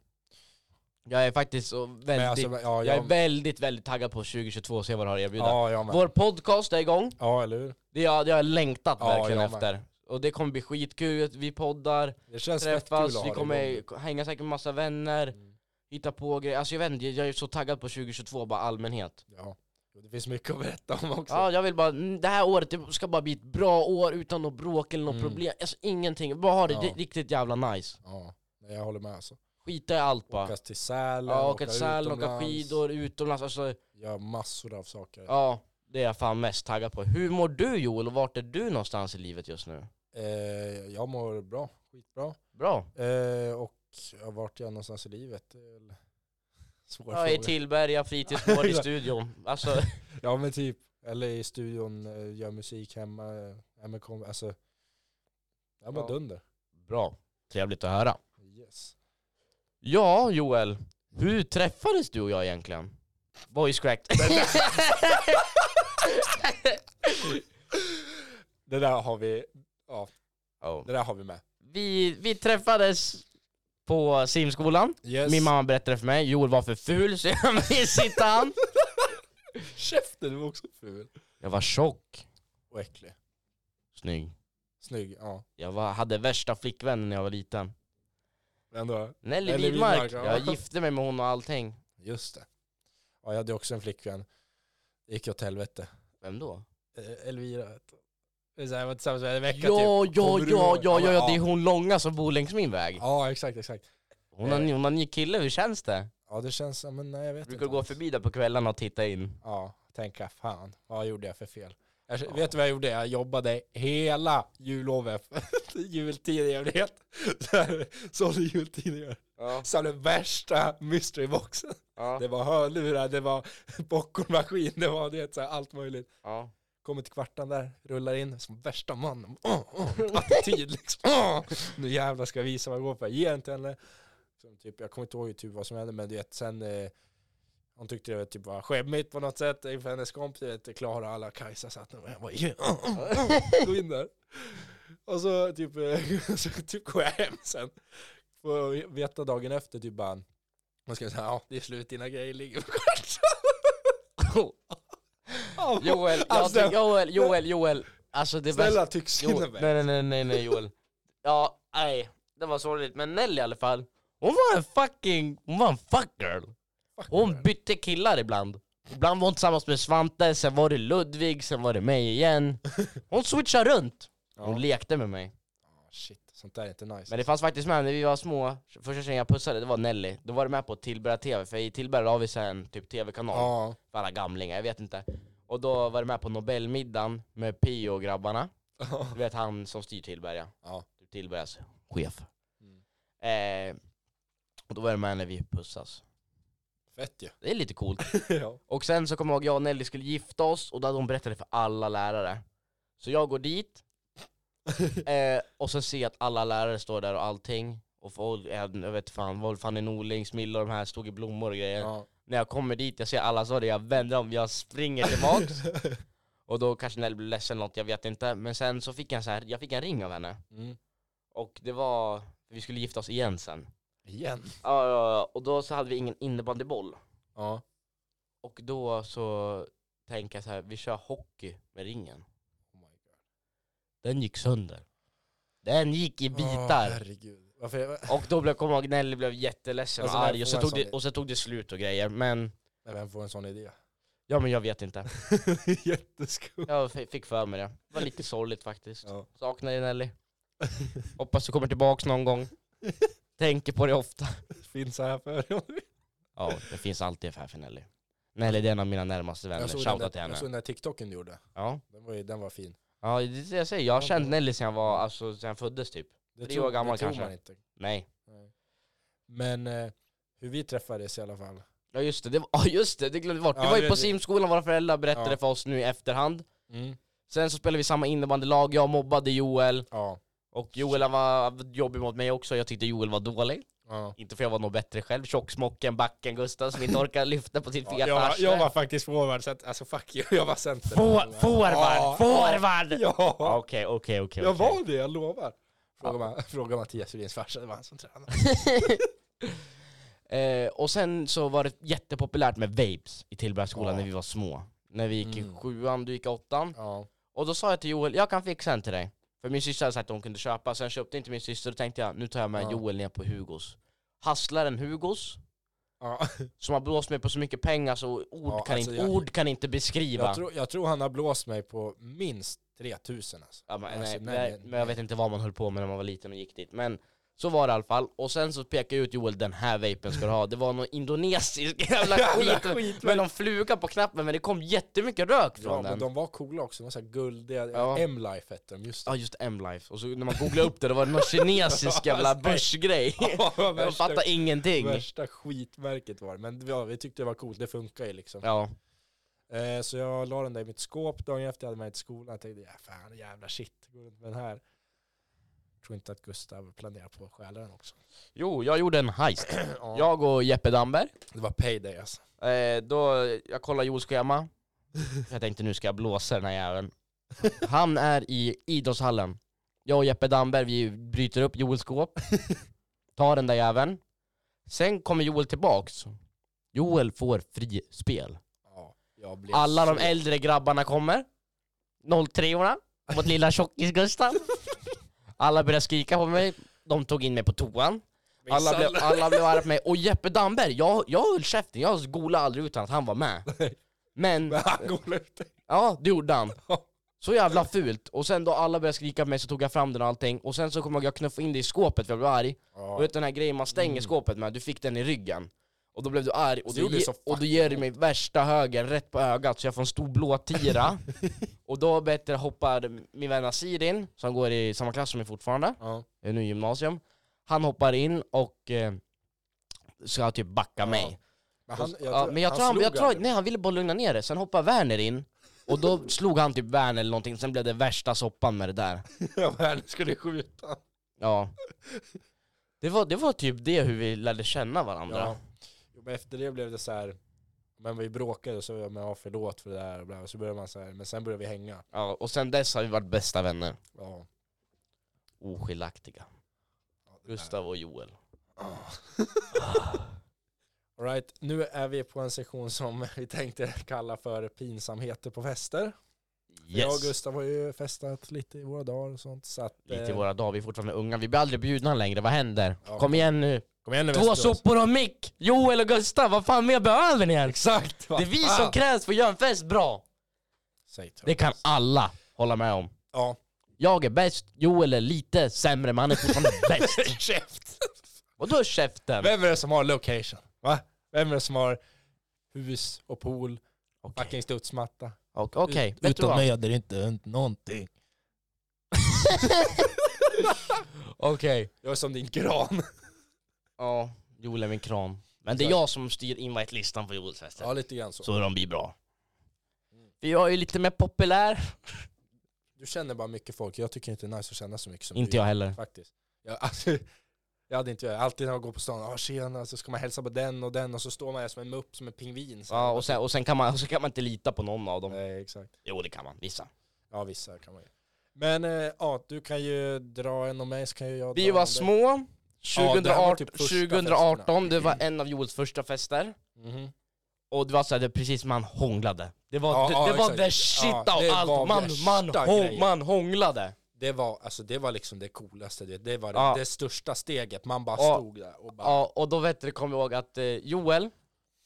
A: Jag är faktiskt så
B: Men
A: väldigt,
B: alltså, ja,
A: jag är väldigt, väldigt taggad på 2022 och se vad det har att erbjuda.
B: ja, jag med.
A: Vår podcast är igång.
B: Ja, eller hur?
A: Det har det har jag längtat
B: Ja,
A: verkligen
B: jag med.
A: efter. Och det kommer bli skitkul, vi poddar,
B: Det känns fett kul att
A: träffas,
B: ha
A: vi
B: det igång.
A: kommer hänga säkert med massa vänner,
B: Mm.
A: hitta på grejer. Alltså jag vet inte, jag är så taggad på 2022 bara allmänhet.
B: Ja. Jo, Det finns mycket att berätta om också.
A: Ja, jag vill bara, mm, det här året det ska bara bli ett bra år utan något bråk eller något
B: Mm.
A: problem. Alltså ingenting, bara ha det
B: Ja.
A: ri- riktigt jävla nice.
B: Ja. Nej, jag håller med alltså.
A: Skita i allt bara.
B: Åka till Sälen,
A: Ja, åka till Sälen, åka
B: utomlands,
A: skidor, utomlands, alltså
B: Gör massor av saker.
A: ja. Det är jag fan mest taggad på. Hur mår du Joel och vart är du någonstans i livet just nu?
B: Eh, jag mår bra, skitbra.
A: Bra.
B: Eh, och ja, vart är jag någonstans i livet? Det är väl Svår
A: Jag är i typ-
B: fråga.
A: Tillberga fritidsgård
B: (laughs)
A: i studion. Alltså,
B: Ja men typ, eller i studion, eh, gör musik hemma, eh, ja, men kom, alltså. Ja men
A: Ja.
B: dunder.
A: Bra, trevligt att höra.
B: Yes.
A: Ja, Joel. Hur träffades du och jag egentligen? Voice
B: (laughs)
A: cracked.
B: Det där har vi,
A: Ja.
B: det där har vi med.
A: vi, vi träffades på simskolan.
B: Yes.
A: Min mamma berättade för mig, Joel var för ful så jag (laughs) misshittade han.
B: Käften, du var också ful.
A: Jag var tjock.
B: Och äcklig.
A: Snygg.
B: Snygg, ja.
A: Jag var, hade värsta flickvännen när jag var liten.
B: Men Ändå.
A: Nelly,
B: Nelly
A: Widmark.
B: Widmark, ja.
A: Jag gifte mig med hon och allting.
B: Just det. Ja, jag hade också en flickvän. Det gick åt helvete.
A: Vem då?
B: Eh, Elvira vet du. Det är så här, Jag var tillsammans med henne en vecka typ.
A: Ja, ja,
B: Kommer du
A: ja,
B: ihåg?
A: ja,
B: Ja,
A: ja, ja,
B: ja.
A: det är hon långa som bor längs min väg.
B: Ja, exakt, exakt.
A: Hon
B: Eh.
A: har, hon har ny kille, hur känns det?
B: Ja, det känns, ja, men nej jag vet
A: Brukar
B: inte.
A: gå förbi där på kvällarna och titta in.
B: Ja, tänka fan, vad gjorde jag för fel? Jag, Vet du vad jag gjorde? Jag jobbade hela jullovet. (laughs) jultidningar, du vet. (laughs) Så här, Sålde jultidningar.
A: Ja,
B: Samlade värsta mysteryboxen.
A: ja,
B: Det var hörlurar, det var (laughs) popcornmaskin, det var du vet, så här, allt möjligt.
A: ja.
B: Kommer till kvartan där, rullar in som värsta mannen. Åh, åh, attityd liksom. Åh, nu jävlar ska jag visa vad jag går för. Ge den till henne. Så, typ, jag kommer inte ihåg typ vad som hände men du vet sen eh, hon tyckte det var, typ, var skämmigt på något sätt inför hennes kompis. Du vet, Klara och alla Kajsa satt där och jag bara yeah, åh, åh, åh, gå in där. Och så typ, eh, (laughs) så, typ går jag hem sen. Får veta dagen efter typ bara man ska säga ja det är slut dina grejer ligger på kvartan.
A: (laughs) Joel, jag
B: Alltså-
A: tycker- Joel, Joel, Joel. Alltså det bästa...
B: Snälla tyck (laughs)
A: Joel,
B: synd
A: nej, nej, nej, nej, nej, Joel. Ja, nej. Det var sorgligt. Men Nelly i alla fall. Hon var en fucking... Hon var en fuck girl. Hon bytte killar ibland. Ibland var hon tillsammans med Svante, sen var det Ludvig, sen var det mig igen. Hon switchade runt. Hon
B: Ja.
A: lekte med mig.
B: Ja, Shit, sånt där är inte nice.
A: Men det fanns faktiskt med när vi var små, första tjejen jag pussade det var Nelly, då var det med på Tillberga TV, för i Tillberga har vi så här en typ TV-kanal
B: ja.
A: för alla gamlingar, jag vet inte. Och då var det med på Nobelmiddagen med Pio och grabbarna, du vet han som styr Tillberga,
B: Ja.
A: typ Tillbergas chef.
B: Mm.
A: Eh, och då var det med när vi pussas.
B: (laughs) Fett
A: (laughs)
B: ju.
A: Det är lite coolt.
B: ja.
A: Och sen så kommer jag ihåg, jag och Nelly skulle gifta oss och då hade hon berättat det för alla lärare. Så jag går dit, eh, och så ser jag att alla lärare står där och allting. Och folk, jag jag vet fan, Wolf, Fanny Norling, Smilla och de här stod i blommor och grejer.
B: Ja.
A: När jag kommer dit, jag ser alla så där, jag vänder om, jag springer
B: (laughs)
A: tillbaks. (laughs) och då kanske Nelly blev ledsen eller något, jag vet inte. Men sen så fick jag, så här, jag fick en ring av henne.
B: Mm.
A: Och det var, vi skulle gifta oss igen sen.
B: Igen.
A: Ja, ja, ja. och då så hade vi ingen innebandyboll.
B: Ja.
A: Och då så tänkte jag så här, vi kör hockey med ringen.
B: Oh my God.
A: Den gick sönder. Den gick i bitar.
B: Åh, herregud. Varför jag,
A: Och då blev, kommer jag ihåg, Nelly blev jätteledsen och
B: Alltså, när
A: arg, och
B: får
A: så,
B: man
A: tog
B: sån
A: det, och så tog det slut och grejer, men
B: men vem får en
A: (laughs)
B: sån idé?
A: ja men jag vet
B: (laughs)
A: inte.
B: Jätteskumt.
A: Jag fi- fick för mig det. Det var lite sorgligt faktiskt.
B: Ja.
A: Saknar dig Nelly. Hoppas du kommer tillbaks någon
B: (laughs)
A: gång. Tänker på det ofta.
B: Finns här för honom.
A: Ja, det finns alltid affär för Nelly. Nelly det är en av mina närmaste vänner,
B: Jag såg den
A: shoutout till
B: där, jag
A: henne.
B: såg den där TikToken du gjorde.
A: Ja,
B: Den var, ju, den var fin.
A: ja det är det jag säger. Jag har
B: Ja,
A: känt
B: bra.
A: Nelly sen jag var, alltså sen jag föddes typ.
B: Det
A: Tre
B: tror-
A: år gammal
B: det tror
A: kanske.
B: man inte.
A: Nej.
B: Nej. Men eh, hur vi träffades i alla fall.
A: Ja just det, det var, (laughs) ja, just det, det glömde vi bort. vi
B: Ja,
A: var ju
B: det-
A: på
B: det-
A: simskolan, våra föräldrar berättade
B: Ja.
A: för oss nu i efterhand.
B: Mm.
A: Sen så spelade vi samma innebandylag, jag mobbade Joel.
B: Ja.
A: Och Joel han var jobbig mot mig också, jag tyckte Joel var dålig.
B: ja.
A: Inte för jag var nog bättre själv, tjocksmocken, backen, Gustav som inte orkade lyfta på sitt feta
B: jag, var,
A: arsle.
B: jag var faktiskt forward, så att, alltså fuck you, jag var center.
A: Få-
B: Ja.
A: Forward, forward!
B: Ja,
A: Okej, okej, okej.
B: jag
A: okej.
B: var det, jag lovar. Fråga, Ma- fråga Mattias Rydins farsa, det var han som tränade.
A: Eh, och sen så var det jättepopulärt med vapes i Tillbergaskolan
B: Ja.
A: när vi var små. När vi gick i
B: Mm.
A: sjuan, du gick i åttan.
B: Ja.
A: Och då sa jag till Joel, jag kan fixa en till dig. För min syster hade sagt att hon kunde köpa, sen köpte inte min syster, då tänkte jag nu tar jag med
B: Ja.
A: Joel ner på Hugos. Hasslar en Hugos,
B: Ja.
A: som har blåst mig på så mycket pengar så ord,
B: Ja,
A: kan,
B: alltså
A: inte,
B: jag-
A: ord kan inte beskriva.
B: Jag, tror, jag tror han har blåst mig på minst 3000 alltså.
A: Ja, men,
B: Alltså,
A: nej,
B: nej,
A: nej,
B: nej,
A: men jag vet inte vad man höll på med när man var liten och gick dit. Men så var det i alla fall. Och sen så pekade jag ut Joel, den här vapen ska du ha. Det var någon indonesisk (laughs) jävla
B: Jävla
A: skit
B: skit,
A: med någon fluga på knappen, men det kom jättemycket rök
B: Ja,
A: från
B: men
A: den.
B: de var coola också, de var så här guldiga,
A: Ja.
B: M-Life hette de, just det.
A: Ja just M-life, och så när man googlade upp det, då var det någon
B: (laughs)
A: kinesisk jävla
B: Alltså, nej.
A: börsgrej.
B: (laughs)
A: Jag (laughs)
B: värsta,
A: fattar ingenting.
B: värsta skitmärket var det, men ja, vi tyckte det var coolt, det funkar ju liksom.
A: Ja,
B: Eh, så jag la den där i mitt skåp dagen efter jag hade med till skolan. Jag tänkte, ja, fan jävla shit, går runt med den här. tror inte att Gustav planerar på att stjäla den också.
A: jo jag gjorde en heist.
B: Ja.
A: Jag och Jeppe Damberg,
B: Det var payday alltså.
A: eh, då, jag kollade Joels schema. Jag tänkte nu ska jag blåsa den här jäveln. Han är i idrottshallen. Jag och Jeppe Damberg, vi bryter upp Joels skåp, tar den där jäveln. Sen kommer Joel tillbaks. Joel får frispel.
B: Ja, jag blev
A: Alla
B: så...
A: de äldre grabbarna kommer. 03-orna mot lilla tjockis-Gustav. Alla började skrika på mig. De tog in mig på toan.
B: Vissa
A: Alla blev, alla blev arga på mig. Och Jeppe Damberg, jag, jag höll käften. Jag golade aldrig utan att han var med. Men,
B: Men (laughs) han går ut.
A: ja det gjorde han. Så jävla fult. Och sen då alla började skrika på mig så tog jag fram den och allting. Och sen så kom jag jag knuffade in det i skåpet för jag blev arg. Och
B: Ja.
A: vet du den här grejen man stänger
B: Mm.
A: skåpet med, du fick den i ryggen. Och då blev du arg och,
B: Så
A: du,
B: gjorde det
A: ge,
B: så
A: och du
B: fucking
A: ger mig värsta höger rätt på ögat så jag får en stor blå
B: (laughs)
A: tira. och då bättre hoppar min vän Asir in, som går i samma klass som mig fortfarande,
B: Ja.
A: är nu i gymnasium. Han hoppar in och eh, ska typ backa
B: Ja,
A: mig.
B: Men, han, jag
A: ja, men jag tror han,
B: slog
A: jag tror, (laughs)
B: aldrig.
A: nej, han ville bara lugna ner det, sen hoppar Werner in och
B: (laughs)
A: då slog han typ Werner eller någonting, sen blev det värsta soppan med det där.
B: Ja, men han skulle skjuta.
A: Ja. Det var, det var typ det hur vi lärde känna varandra.
B: Ja. Jo, men efter det blev det så här, men vi bråkade och så var jag, men ja, förlåt för det där och bla, och så började man så här, men sen började vi hänga.
A: Ja, och sen dess har vi varit bästa vänner.
B: Ja.
A: Oskiljaktiga.
B: Ja, det där.
A: Gustav och Joel.
B: All right, nu är vi på en sektion som (laughs) vi tänkte kalla för pinsamheter på fester. För Jag och
A: Yes.
B: Gustav har ju festat lite i våra dagar och sånt. Så att,
A: Lite i
B: eh,
A: våra dagar, vi är fortfarande unga. Vi blir aldrig bjudna längre, vad händer?
B: Ja.
A: Kom igen nu.
B: Kom igen nu
A: Två
B: Västerås.
A: sopor och mick! Joel och Gustav, vad fan mer behöver ni ens?
B: Exakt!
A: Det är vi som krävs för att göra en fest bra.
B: Säg till
A: Det kan
B: oss.
A: alla hålla med om.
B: Ja.
A: (laughs) Jag är bäst, Joel är lite sämre men han är
B: (laughs)
A: fortfarande bäst.
B: Käft!
A: Vadå käften?
B: Vem är det som har location? Va? Vem är det som har hus och pool,
A: Okej,
B: fucking studsmatta?
A: Och- okej. Vet du vad?
B: hade det inte hänt (laughs) någonting.
A: Okej.
B: Jag är som din gran.
A: Ja, Joel är min kram. Men det är jag som styr invite-listan på Joels fester.
B: Ja, lite grann så.
A: så de blir bra. För jag är ju lite mer populär.
B: Du känner bara mycket folk. Jag tycker inte det är nice att känna så mycket som du
A: Inte
B: gör.
A: jag heller.
B: Faktiskt. Jag, alltså, (laughs) jag hade inte gjort det. Alltid när jag går på stan, ah, tjena, så ska man hälsa på den och den och så står man där som en mupp, som en pingvin. Så
A: Ja, och sen, och sen kan man, så kan man inte lita på någon av dem.
B: Nej, exakt.
A: Jo det kan man, vissa.
B: Ja, vissa kan man ju. Men eh, ja, du kan ju dra en om mig så kan ju jag dra
A: Vi var
B: en om dig.
A: små,
B: Ja, det här var
A: 2018,
B: typ första
A: 2018 det var en av Joels första fester.
B: Mhm.
A: Och det var så här, det är precis man hånglade. Det var,
B: Ja,
A: det,
B: ja,
A: det var
B: exakt.
A: the shit
B: Ja,
A: av
B: det var
A: allt, man, man,
B: värsta
A: hå,
B: grejen.
A: man hånglade.
B: Det var, alltså, det var liksom det coolaste, det, det var
A: Ja.
B: det, det största steget, man bara
A: Ja.
B: stod där och bara...
A: Ja, och då vet du, kom jag ihåg att eh, Joel,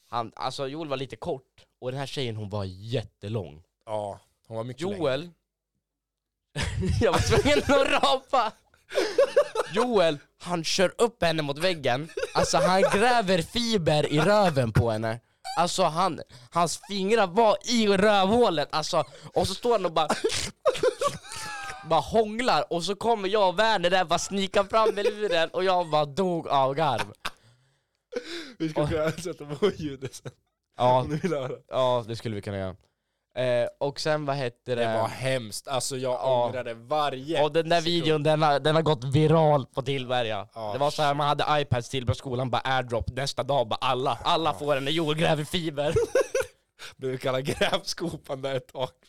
A: han, alltså Joel var lite kort, och den här tjejen hon var jättelång.
B: Ja, hon var mycket längre.
A: Joel... (laughs) jag var tvungen att rapa! Joel, han kör upp henne mot väggen, alltså han gräver fiber i röven på henne. Alltså han, hans fingrar var i rövhålet, alltså, och så står han och bara... Bara hånglar, och så kommer jag och Werner där bara snika fram med luren och jag bara dog av garv.
B: Vi
A: ska
B: kunna sätta på ljudet sen
A: Ja,
B: du vill höra.
A: ja det skulle vi kunna göra. Eh, och sen vad hette det?
B: Det var hemskt, alltså jag
A: Ja.
B: ångrade varje...
A: Och den där
B: sekund.
A: videon den har, den har gått viral på Tillberga.
B: Ja.
A: Det var så här man hade iPads till på skolan, bara airdrop, nästa dag bara alla, alla får den när Joel gräver
B: (laughs)
A: fiber.
B: Blev kallad grävskopan där ett tag. (laughs)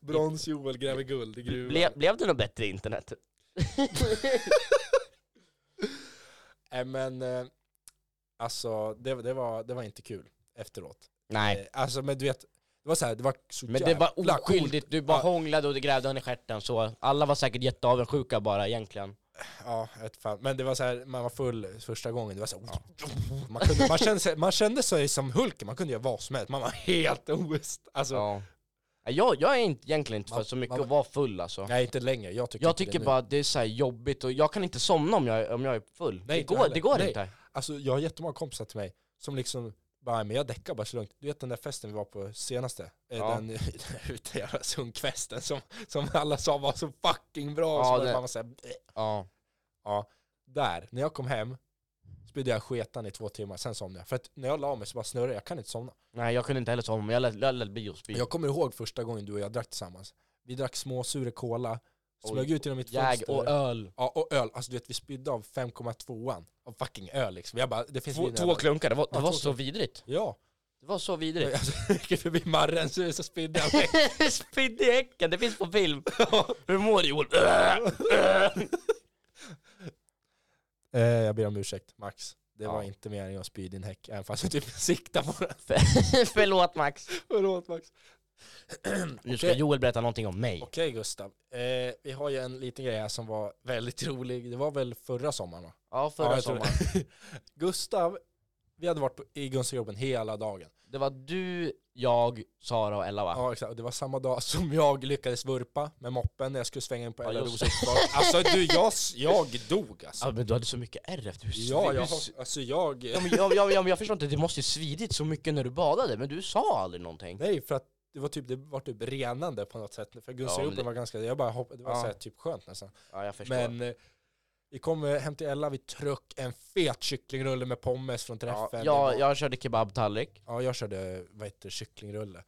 B: Brons-Joel gräver guld i gruvan.
A: Ble, blev det något bättre internet?
B: Nej men, eh, alltså det, det, var, det var inte kul efteråt.
A: Nej.
B: Eh, Alltså men du vet, det var så här, det var så
A: Men det var
B: jävla
A: oskyldigt, du bara
B: Ja.
A: hånglade och du grävde henne i stjärten så alla var säkert jätteavundsjuka bara egentligen.
B: coolt. Ja, jag vet fan. Men det var så här, man var full första gången, det var så här, man, kunde, man, kände sig, man kände sig som Hulken, man kunde göra vad som helst, man var helt oest. Alltså,
A: Ja. Jag, jag är inte, egentligen inte för
B: Man-
A: så mycket
B: man-
A: att vara full alltså.
B: nej inte längre, jag tycker
A: Jag
B: inte
A: tycker
B: det
A: bara att det är så här jobbigt och jag kan inte somna om jag, om jag är full.
B: Nej,
A: det,
B: inte
A: går,
B: heller.
A: det går
B: Nej.
A: inte.
B: nu. Alltså jag har jättemånga kompisar till mig som liksom bara, men jag däckar bara så lugnt. Du vet den där festen vi var på senaste? Eh,
A: Ja.
B: Den, (laughs) den ute jävla sunkfesten som, som alla sa var så fucking bra.
A: Ja,
B: så var
A: det-
B: det. Man var så här, "Eh."
A: Ja.
B: där, när jag kom hem spydde jag sketan i två timmar, sen somnade jag. För att när jag la mig så bara snurrade jag, jag kan inte somna.
A: Nej jag kunde inte heller somna, men jag lät- jag lät bli och spy.
B: Jag kommer ihåg första gången du och jag drack tillsammans. Vi drack små sura cola, smög ut genom mitt
A: Jag
B: fönster.
A: och öl.
B: ja, och öl. Alltså du vet, vi spydde av 5,2an av fucking öl liksom. Jag bara, det finns
A: Två,
B: vin
A: två
B: överallt.
A: klunkar, det var, det
B: Ja,
A: var
B: två
A: så vidrigt.
B: Ja.
A: Det var så vidrigt.
B: Alltså, jag gick förbi Marrens hus och spydde jag
A: (laughs)
B: mig.
A: Spydde i häcken, det finns på film. Hur mår du
B: (laughs)
A: Joel?
B: Eh, jag ber om ursäkt, Max. Det
A: Ja.
B: var inte meningen att spy i din häck, även fast jag typ siktar på den.
A: Förlåt Max.
B: Förlåt Max.
A: Nu ska
B: Okej.
A: Joel berätta någonting om mig.
B: Okej Gustav, eh, vi har ju en liten grej här som var väldigt (laughs) rolig. Det var väl förra sommaren va?
A: Ja, förra
B: Ja, jag tror det. (laughs)
A: sommaren.
B: Gustav, vi hade varit på, i Gunstagropen hela dagen.
A: Det var du, jag, Sara och Ella va?
B: Ja exakt, Och det var samma dag (laughs) som jag lyckades vurpa med moppen när jag skulle svänga in på
A: Ja,
B: Ella
A: just
B: Rosas bar. Alltså du, jag,
A: (laughs)
B: jag dog alltså.
A: Ja, men du hade så mycket ärr efter hur
B: Ja,
A: hur-
B: jag, har- alltså jag...
A: Ja, men jag, jag, jag, jag förstår inte, det måste ju svidit så mycket när du badade, men du sa aldrig någonting.
B: Nej, för att det var typ, det var typ renande på något sätt. För
A: Ja,
B: Gunstagropen
A: men det-
B: var ganska, jag bara hoppade, det var
A: Ja.
B: så här, typ skönt nästan.
A: Ja, jag förstår.
B: Men eh, vi kom eh, hem till Ella, vi tröck en fet kycklingrulle med pommes från träffen.
A: ja,
B: Det var-
A: jag, jag körde kebabtallrik.
B: ja, jag körde, vad heter det, kycklingrulle.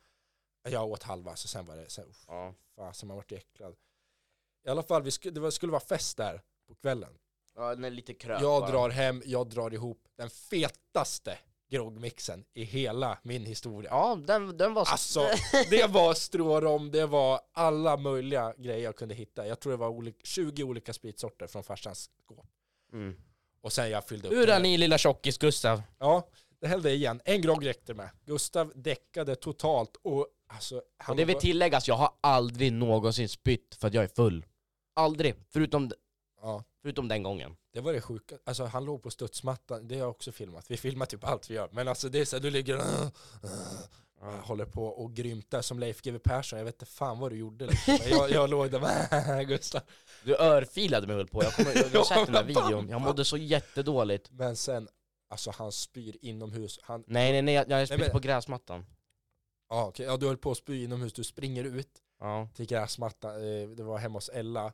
B: Jag åt halva, så sen var det, sen, uff,
A: Ja.
B: fasen man vart ju äcklad. I alla fall, vi skulle, det var, skulle vara fest där på kvällen.
A: Ja, den är lite kröp
B: Jag
A: bara.
B: drar hem, jag drar ihop den fetaste groggmixen i hela min historia.
A: Ja, den, den var...
B: Alltså, det var strårom, det var alla möjliga grejer jag kunde hitta. Jag tror det var olik, 20 olika spritsorter från farsans skåp.
A: Mm.
B: Och sen jag fyllde upp
A: Ur
B: det här.
A: den i lilla tjockis Gustav.
B: Ja, det hällde jag igen. En grogg räckte med. Gustav däckade totalt och alltså... Han
A: Och det vill
B: var-
A: tilläggas, jag har aldrig någonsin spytt för att jag är full. Aldrig, förutom,
B: Ja,
A: förutom den gången.
B: det var det sjuka. Alltså han låg på studsmattan, det har jag också filmat. Vi filmar typ allt vi gör. Men alltså det är såhär, du ligger och håller på och grymtar som Leif GW Persson. Jag vet inte fan vad du gjorde liksom. Men jag, jag låg där, (laughs) Gustav.
A: Du örfilade mig väl på, jag, kommer, jag, jag har sett den
B: (laughs)
A: där
B: Ja, men
A: videon, jag mådde så jättedåligt.
B: Men sen, alltså han spyr inomhus. Han,
A: Nej nej nej, jag jag har spytt
B: men-
A: på gräsmattan.
B: ja, okej, ja, du höll på att spy inomhus, du springer ut
A: Ja.
B: till gräsmattan. Eh, Det var hemma hos Ella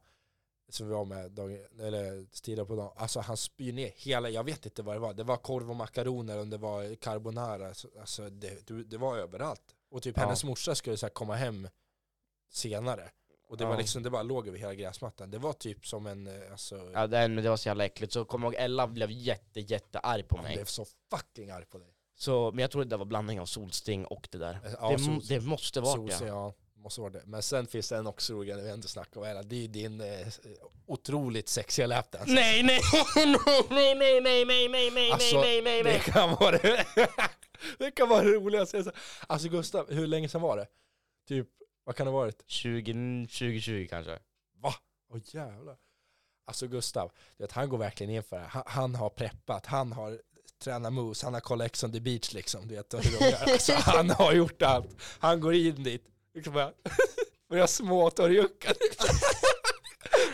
B: som vi var med dagen, eller tidigare på dagen. Alltså han spyr ner hela, jag vet inte vad det var. Det var korv och makaroner och det var carbonara. Så- Alltså det, du- det var överallt. Och typ
A: Ja.
B: hennes morsa skulle så här komma hem senare. Och det
A: Ja.
B: var liksom, det bara låg över hela gräsmattan. Det var typ som en, eh, alltså,
A: ja den, men det var så jävla äckligt, så kommer jag ihåg Ella blev jätte jättearg på
B: han
A: mig.
B: blev så fucking arg på dig. Eh,
A: Så, men jag tror det där var blandning av solsting och det där.
B: Ja,
A: det,
B: sol-
A: det måste vara
B: Solsidan,
A: det.
B: ja. måste vara det. Men sen finns det en också roligare, vi har inte snackat om hela. Det är ju din eh, otroligt sexiga lapdance.
A: Nej, nej, (laughs) nej, nej, nej, nej, nej, nej, nej,
B: Alltså,
A: nej, nej,
B: Det
A: nej.
B: kan vara det, (laughs) det kan vara det roligaste. Alltså Gustav, hur länge sedan var det? Typ, vad kan det ha varit?
A: 20, 2020 kanske.
B: Åh jävlar. Alltså Gustav, du vet, han går verkligen in för det här. Han, han har preppat, han har tränat moves, han har kollat Ex on the beach liksom. Du vet, och hur de gör. alltså, han har gjort allt. Han går in dit, liksom bara, (laughs) börjar småtorrjucka. liksom.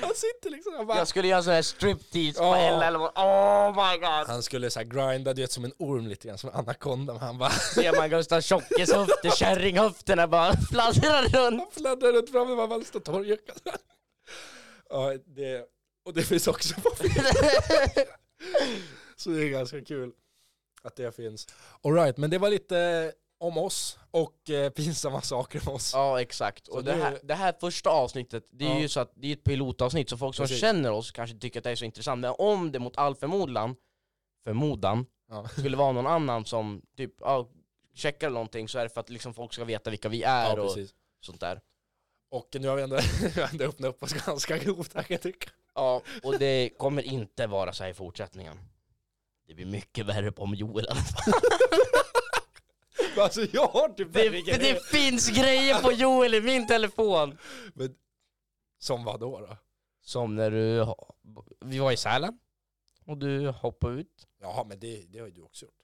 B: han sitter liksom, han bara,
A: Jag skulle göra sån här striptease på
B: Ja.
A: LL. Oh my god.
B: han skulle så här grinda, du vet som en orm lite grann, som en anakonda. Men han bara,
A: Ser man Gustav Tjockes höfter, kärringhöfterna bara fladdrar runt.
B: han (laughs) fladdrar runt fram och bara står torrjuckad. (laughs) ja, det, och det finns också på film.
A: (laughs)
B: Så det är ganska kul att det finns. Alright, men det var lite eh, om oss och eh, pinsamma saker om oss.
A: Ja exakt,
B: Så
A: och det
B: nu-
A: här, det här första avsnittet, det är
B: Ja.
A: ju så att det är ett pilotavsnitt så folk som
B: Precis.
A: känner oss kanske tycker att det är så intressant, men om det mot all förmodan, förmodan,
B: Ja.
A: (laughs) skulle vara någon annan som typ ja, checkar någonting så är det för att liksom folk ska veta vilka vi är och sånt där.
B: Och nu har vi ändå, (laughs) vi har ändå öppnat upp oss ganska grovt här kan jag tycka.
A: Ja, och det kommer inte vara så här i fortsättningen. Det blir mycket värre på om Joel
B: Men alltså jag har typ
A: det,
B: vilken
A: det, det finns grejer på Joel i min telefon!
B: Som vadå då?
A: Som när du, ha- vi var i Sälen, och du hoppade ut.
B: Jaha men det, det har ju du också gjort.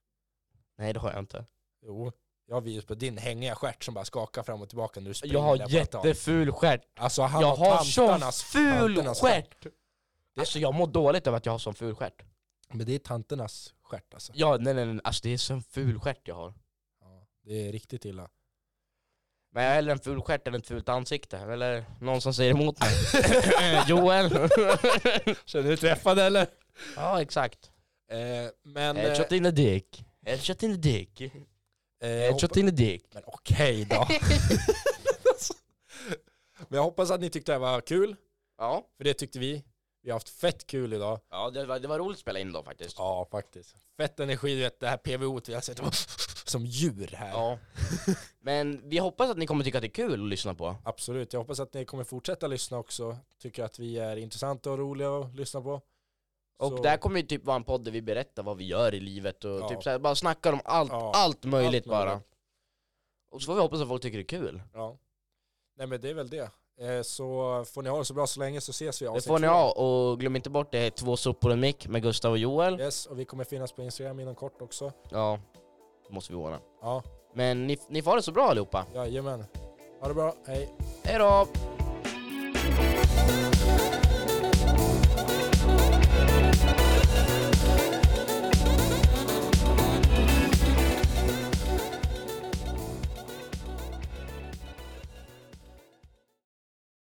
A: Nej det har jag inte.
B: Jo. Jag har videos på din hängiga stjärt som bara skakar fram och tillbaka när du springer.
A: Jag
B: där
A: har
B: på ett tag.
A: jätteful stjärt.
B: Alltså han
A: Jag har sån
B: tanternas,
A: ful
B: tanternas
A: stjärt! Alltså jag mår dåligt över att jag har sån ful stjärt.
B: Men det är tanternas stjärt alltså.
A: Ja nej nej nej, alltså det är sån ful stjärt jag har.
B: Ja, det är riktigt illa.
A: Men jag har hellre en ful stjärt än ett fult ansikte. Eller någon som säger emot (laughs) mig. Eh, Joel.
B: Känner du dig träffad eller?
A: (laughs) ja exakt.
B: Eh, men... eh,
A: Headshot in the dick. Headshot in the dick.
B: eh, jag
A: Headshot in the dick.
B: Men
A: (laughs)
B: okej då. Men jag hoppas att ni tyckte det här var kul,
A: Ja.
B: för det tyckte vi. Vi har haft fett kul idag.
A: Ja det var, det var roligt att spela in då faktiskt.
B: Ja, faktiskt. Fett energi, du vet det här PVO vi har sett (laughs) som djur här.
A: Ja.
B: (laughs)
A: Men vi hoppas att ni kommer tycka att det är kul att lyssna på.
B: Absolut, jag hoppas att ni kommer fortsätta lyssna också. Tycker att vi är intressanta och roliga att lyssna på.
A: Och
B: Så-
A: där kommer ju typ vara en podd där vi berättar vad vi gör i livet och
B: Ja.
A: typ såhär, bara snackar om allt,
B: Ja,
A: allt möjligt
B: allt
A: bara.
B: möjligt.
A: Och så får vi hoppas att folk tycker det är kul.
B: Ja. Nej men det är väl det. Eh, Så får ni ha det så bra så länge så ses vi i
A: Det
B: avsnitt
A: får ni
B: två.
A: ha, och glöm inte bort det är två sopor och en mick med Gustav och Joel.
B: Yes, och vi kommer finnas på Instagram inom kort också.
A: Ja, det måste vi ordna.
B: Ja,
A: Men ni, ni får ha det så bra allihopa.
B: jajamän. Ha det bra, hej.
A: Hejdå!